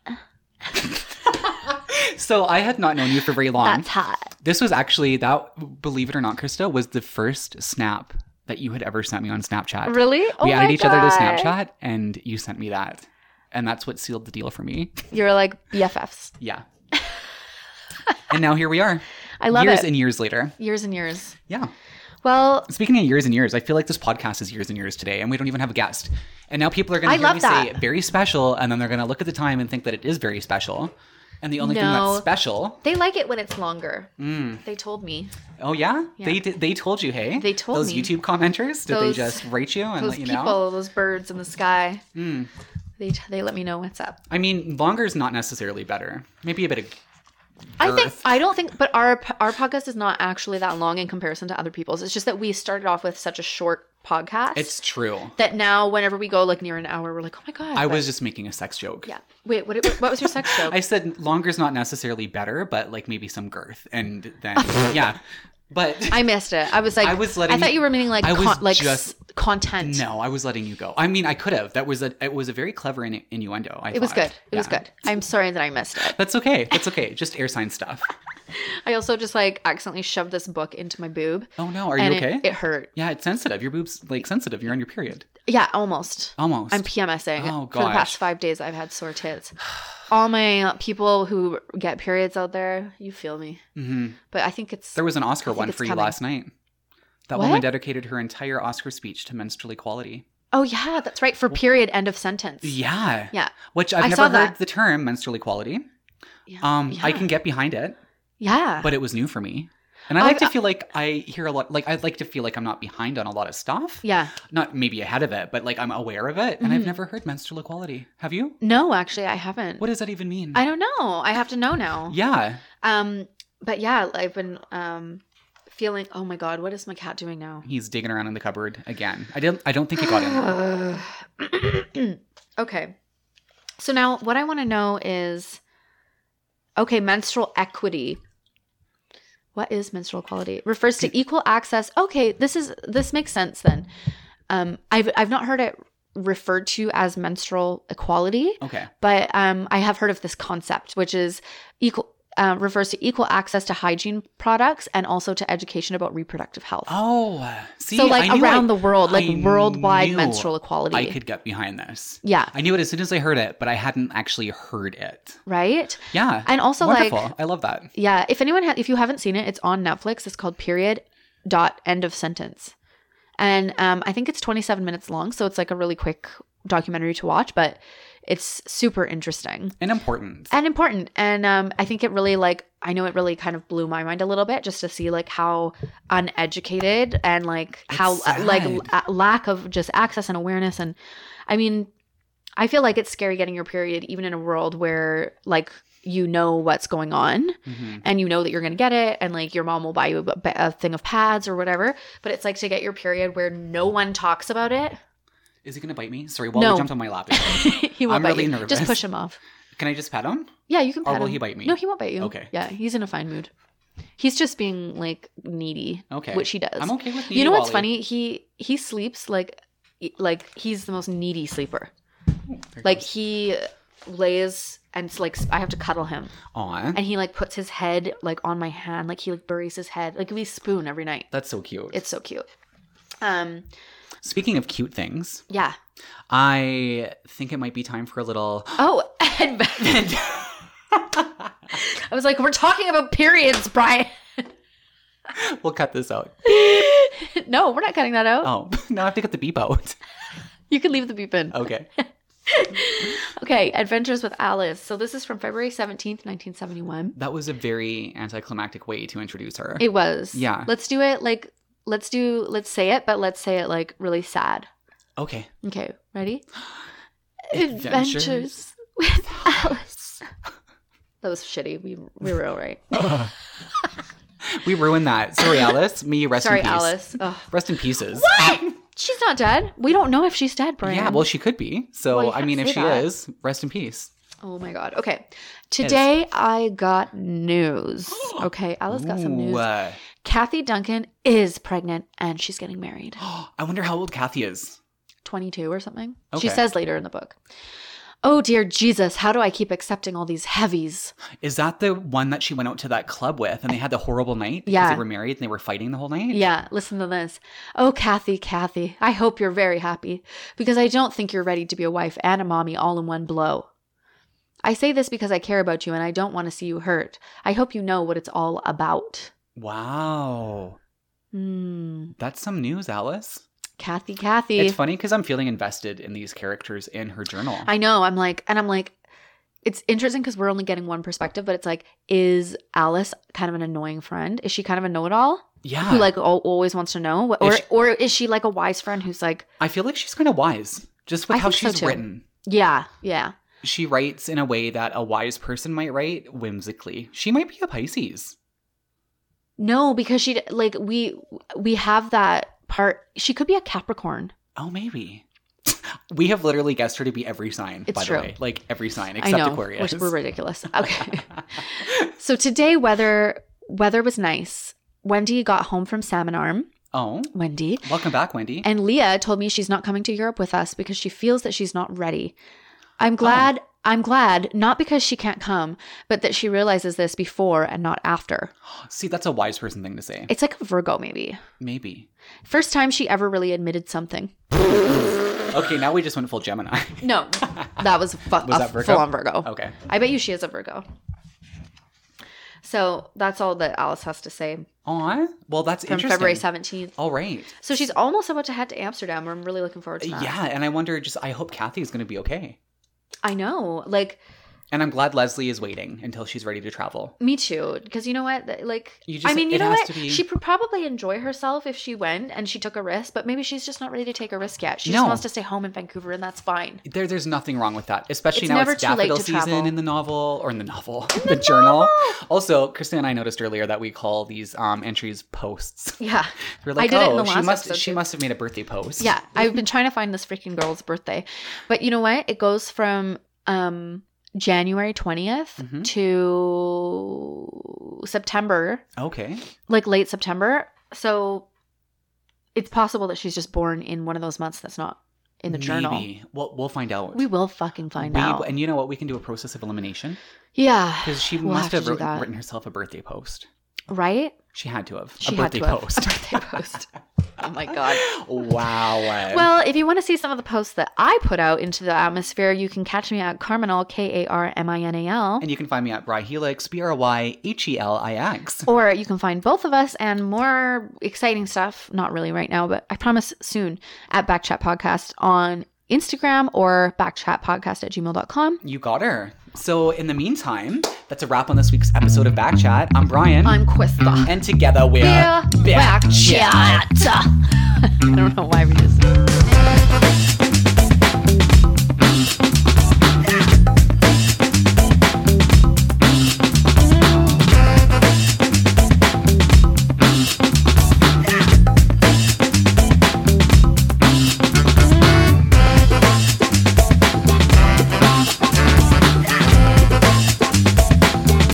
So I had not known you for very long.
That's hot.
This was actually that. Believe it or not, Krista was the first snap that you had ever sent me on Snapchat.
Really? Oh
we
my
added each other to
God.
Snapchat, and you sent me that, and that's what sealed the deal for me.
You're like BFFs.
Yeah. and now here we are.
I love
years
it.
and years later.
years and years.
Yeah.
Well,
Speaking of years and years, I feel like this podcast is years and years today, and we don't even have a guest. And now people are going
I
to hear
love
me say
that.
very special, and then they're going to look at the time and think that it is very special. And the only thing
No.
that's special, mm,
they like it when it's longer. They told me.
oh yeah,
Yeah.
they did, they told you, hey,
They told
those
me.
YouTube commenters. Did they
Those-
just rate you and let
Those
you
people,
know? Hmm.
those birds in the sky. They they let me know what's up.
I mean, longer is not necessarily better. Maybe a bit of
I think
girth.
I don't think, but our our podcast is not actually that long in comparison to other people's. It's just that we started off with such a short podcast
It's true.
that now whenever we go like near an hour, we're like, oh my god.
I
but-
was just making a sex joke.
yeah. Wait, what? What was your sex joke?
I said longer is not necessarily better, but like maybe some girth, and then yeah, but
I missed it. I was like,
I was letting
I thought
you-
you were meaning like
I was
con- like
just-
s- content.
No, I was letting you go. I mean, I could have. That was a it was a very clever innu- innuendo. I
it was good.
thought.
It was
Yeah.
good. I'm sorry that I missed it.
That's okay. That's okay. Just air sign stuff.
I also just like accidentally shoved this book into my boob.
Oh no, are you
and it-
okay?
It, hurt.
yeah, it's sensitive. Your boobs like sensitive. You're on your period.
Yeah, almost.
Almost.
I'm PMSing.
Oh,
For the past
gosh.
five days, I've had sore tits. all my people who get periods out there, you feel me.
hmm
But I think it's
There was an Oscar
I think
one
it's
for you
coming.
last night. That
What?
woman dedicated her entire Oscar speech to menstrual equality.
oh yeah, that's right for period end of sentence.
Yeah.
Yeah.
Which I've
I
never
saw
heard
that.
the term menstrual equality.
Yeah.
Um, I
Yeah.
can get behind it,
yeah.
but it was new for me. And I
I've-
like to feel like I hear a lot. Like I like to feel like I'm not behind on a lot of stuff.
yeah.
Not maybe ahead of it, but like I'm aware of it. And I've
Mhm.
never heard menstrual equality. Have you?
No, actually, I haven't.
What does that even mean?
I don't know. I have to know now.
Yeah.
Um, but yeah, I've been um feeling. Oh my god, what is my cat doing now?
He's digging around in the cupboard again. I didn't. I don't think he got in.
in. okay. So now what I want to know is okay, menstrual equity. What is menstrual equality? Refers to equal access. Okay, this is this makes sense then. Um I've I've not heard it referred to as menstrual equality,
Okay.
but um I have heard of this concept which is equal uh, refers to equal access to hygiene products and also to education about reproductive health.
Oh, see,
so like
I knew
around
I-
the world, like
I
worldwide
knew
menstrual equality.
I could get behind this.
Yeah.
I knew it as soon as I heard it, but I hadn't actually heard it.
Right.
Yeah.
And also
Wonderful.
like
I love that.
yeah, if anyone ha- if you haven't seen it, it's on Netflix. It's called Period dot end of sentence. And um I think it's 27 minutes long, so it's like a really quick documentary to watch, but it's super interesting
And important.
and important. And um I think it really like I know it really kind of blew my mind a little bit just to see like how uneducated and like
It's
how uh, like
sad.
la- lack of just access and awareness and I mean I feel like it's scary getting your period even in a world where like you know what's going on
Mhm.
and you know that you're going to get it and like your mom will buy you a, b- a thing of pads or whatever but it's like to get your period where no one talks about it
Is he going to bite me? Sorry, Wally
No.
jumped on my lap.
he won't
I'm
bite
really
you just
nervous.
push him off
Can I just pet him?
yeah you can
Or
pat
will
him.
he bite me?
no he won't bite you
Okay.
yeah he's in a fine mood he's just being like needy
Okay.
which he does
I'm okay with
you know what's
Wally.
funny he he sleeps like like he's the most needy sleeper
There
like
goes.
he lays and it's like i have to cuddle him
Aw,
and he like puts his head like on my hand like he like buries his head like we spoon every night
that's so cute.
It's so cute. Um,
Speaking of cute things,
yeah.
I think it might be time for a little.
Oh, and I was like, we're talking about periods, Brian.
we'll cut this out.
no, we're not cutting that out.
Oh, now I have to get the beep out.
You can leave the beep in.
Okay.
Okay, Adventures with Alice. So this is from February 17th, 1971.
That was a very anticlimactic way to introduce her.
It was.
Yeah.
Let's do it like, let's do, let's say it, but let's say it like really sad.
okay.
Okay, ready?
Adventures
with Alice. that was shitty. We, we were all right.
we ruined that. Sorry, Alice. Me, rest
Sorry,
in peace.
Alice. Ugh.
Rest in pieces.
She's not dead. We don't know if she's dead, Brian.
Yeah, well, she could be. So,
Well, you
I
can't
mean, if
say
she
that.
is, rest in peace.
oh my god. Okay. Today I got news. Okay, Alice got some
Ooh,
news.
uh,
Kathy Duncan is pregnant and she's getting married.
I wonder how old Kathy is.
22 or something.
Okay.
She says later in the book. Oh dear Jesus, how do I keep accepting all these heavies?
Is that the one that she went out to that club with and they had the horrible night? because
Yeah.
They were married and they were fighting the whole night?
Yeah, listen to this. Oh, Kathy, Kathy, I hope you're very happy because I don't think you're ready to be a wife and a mommy all in one blow. I say this because I care about you and I don't want to see you hurt. I hope you know what it's all about.
Wow.
Hmm.
That's some news, Alice.
Kathy, Kathy.
It's funny because I'm feeling invested in these characters in her journal.
I know. I'm like, and I'm like, it's interesting because we're only getting one perspective, but it's like, is Alice kind of an annoying friend? Is she kind of a know it all
yeah.
who like al- always wants to know? What- Or,
Is she-
or Ah. is she like a wise friend who's like,
I feel like she's kind of wise just with
I
how
think so,
she's
too.
written.
yeah, yeah.
She writes in a way that a wise person might write whimsically. She might be a Pisces.
No, because she, d- like, we, we have that part. She could be a Capricorn.
Oh, maybe. we have literally guessed her to be every sign,
It's
by
true.
the way. Like every sign
I
except
know.
Aquarius.
Which we're ridiculous. Okay. so today, weather, weather was nice. Wendy got home from Salmonarm.
oh,
Wendy.
welcome back, Wendy.
And Leah told me she's not coming to Europe with us because she feels that she's not ready. I'm glad. I'm glad, not because she can't come, but that she realizes this before and not after.
See, that's a wise person thing to say.
It's like a Virgo, maybe.
Maybe.
First time she ever really admitted something.
Okay, now we just went full Gemini.
No, that was, fu-
Was
a
that Virgo? Oh.
full on Virgo.
Okay.
I bet you she is a Virgo. So that's all that Alice has to say
Aw. Well, that's
from
interesting.
February 17th.
All right.
So she's almost about to head to Amsterdam. I'm really looking forward to that.
Uh, Yeah, and I wonder just I hope Kathy is going to be okay.
I know. Like,
And I'm glad Leslie is waiting until she's ready to travel.
me too. Because you know what? Th- Like,
You just-
I mean, you
it
know
has
what?
to be-
She would probably enjoy herself if she went and she took a risk, but maybe she's just not ready to take a risk yet. She
No.
just wants to stay home in Vancouver, and that's fine.
There, there's nothing wrong with that, especially
It's
now
never
it's
too late
daffodil
to
season
travel.
in the novel or in the novel, the, journal. Also, Kristen and I noticed earlier that we call these um, entries posts.
Yeah.
We're like,
I did it
oh,
in the
she
last
must
episode,
she
too."
must have made a birthday post.
Yeah, I've been trying to find this freaking girl's birthday. But you know what? It goes from um January 20th
Mhm.
to September,
Okay.
like late September. So it's possible that she's just born in one of those months that's not in the journal.
Maybe. We'll, we'll find out.
We will fucking find
We-
out.
And you know what? We can do a process of elimination
yeah.
because she
We'll
must have,
have to do
wrote-
that.
written herself a birthday post.
Right?
She had to have
She
a
had
birthday
to have
post.
a birthday post. Oh my God.
wow.
Well, if you want to see some of the posts that I put out into the atmosphere, you can catch me at Carminal, K A R M I N A L.
And you can find me at Bry Helix, B R Y H E L I X.
Or you can find both of us and more exciting stuff, not really right now, but I promise soon at Backchat Podcast on Instagram or backchatpodcast at gmail.com.
You got her. So, in the meantime, that's a wrap on this week's episode of Backchat. I'm Brian.
I'm Quista.
and together we're
Beer
Backchat.
Backchat.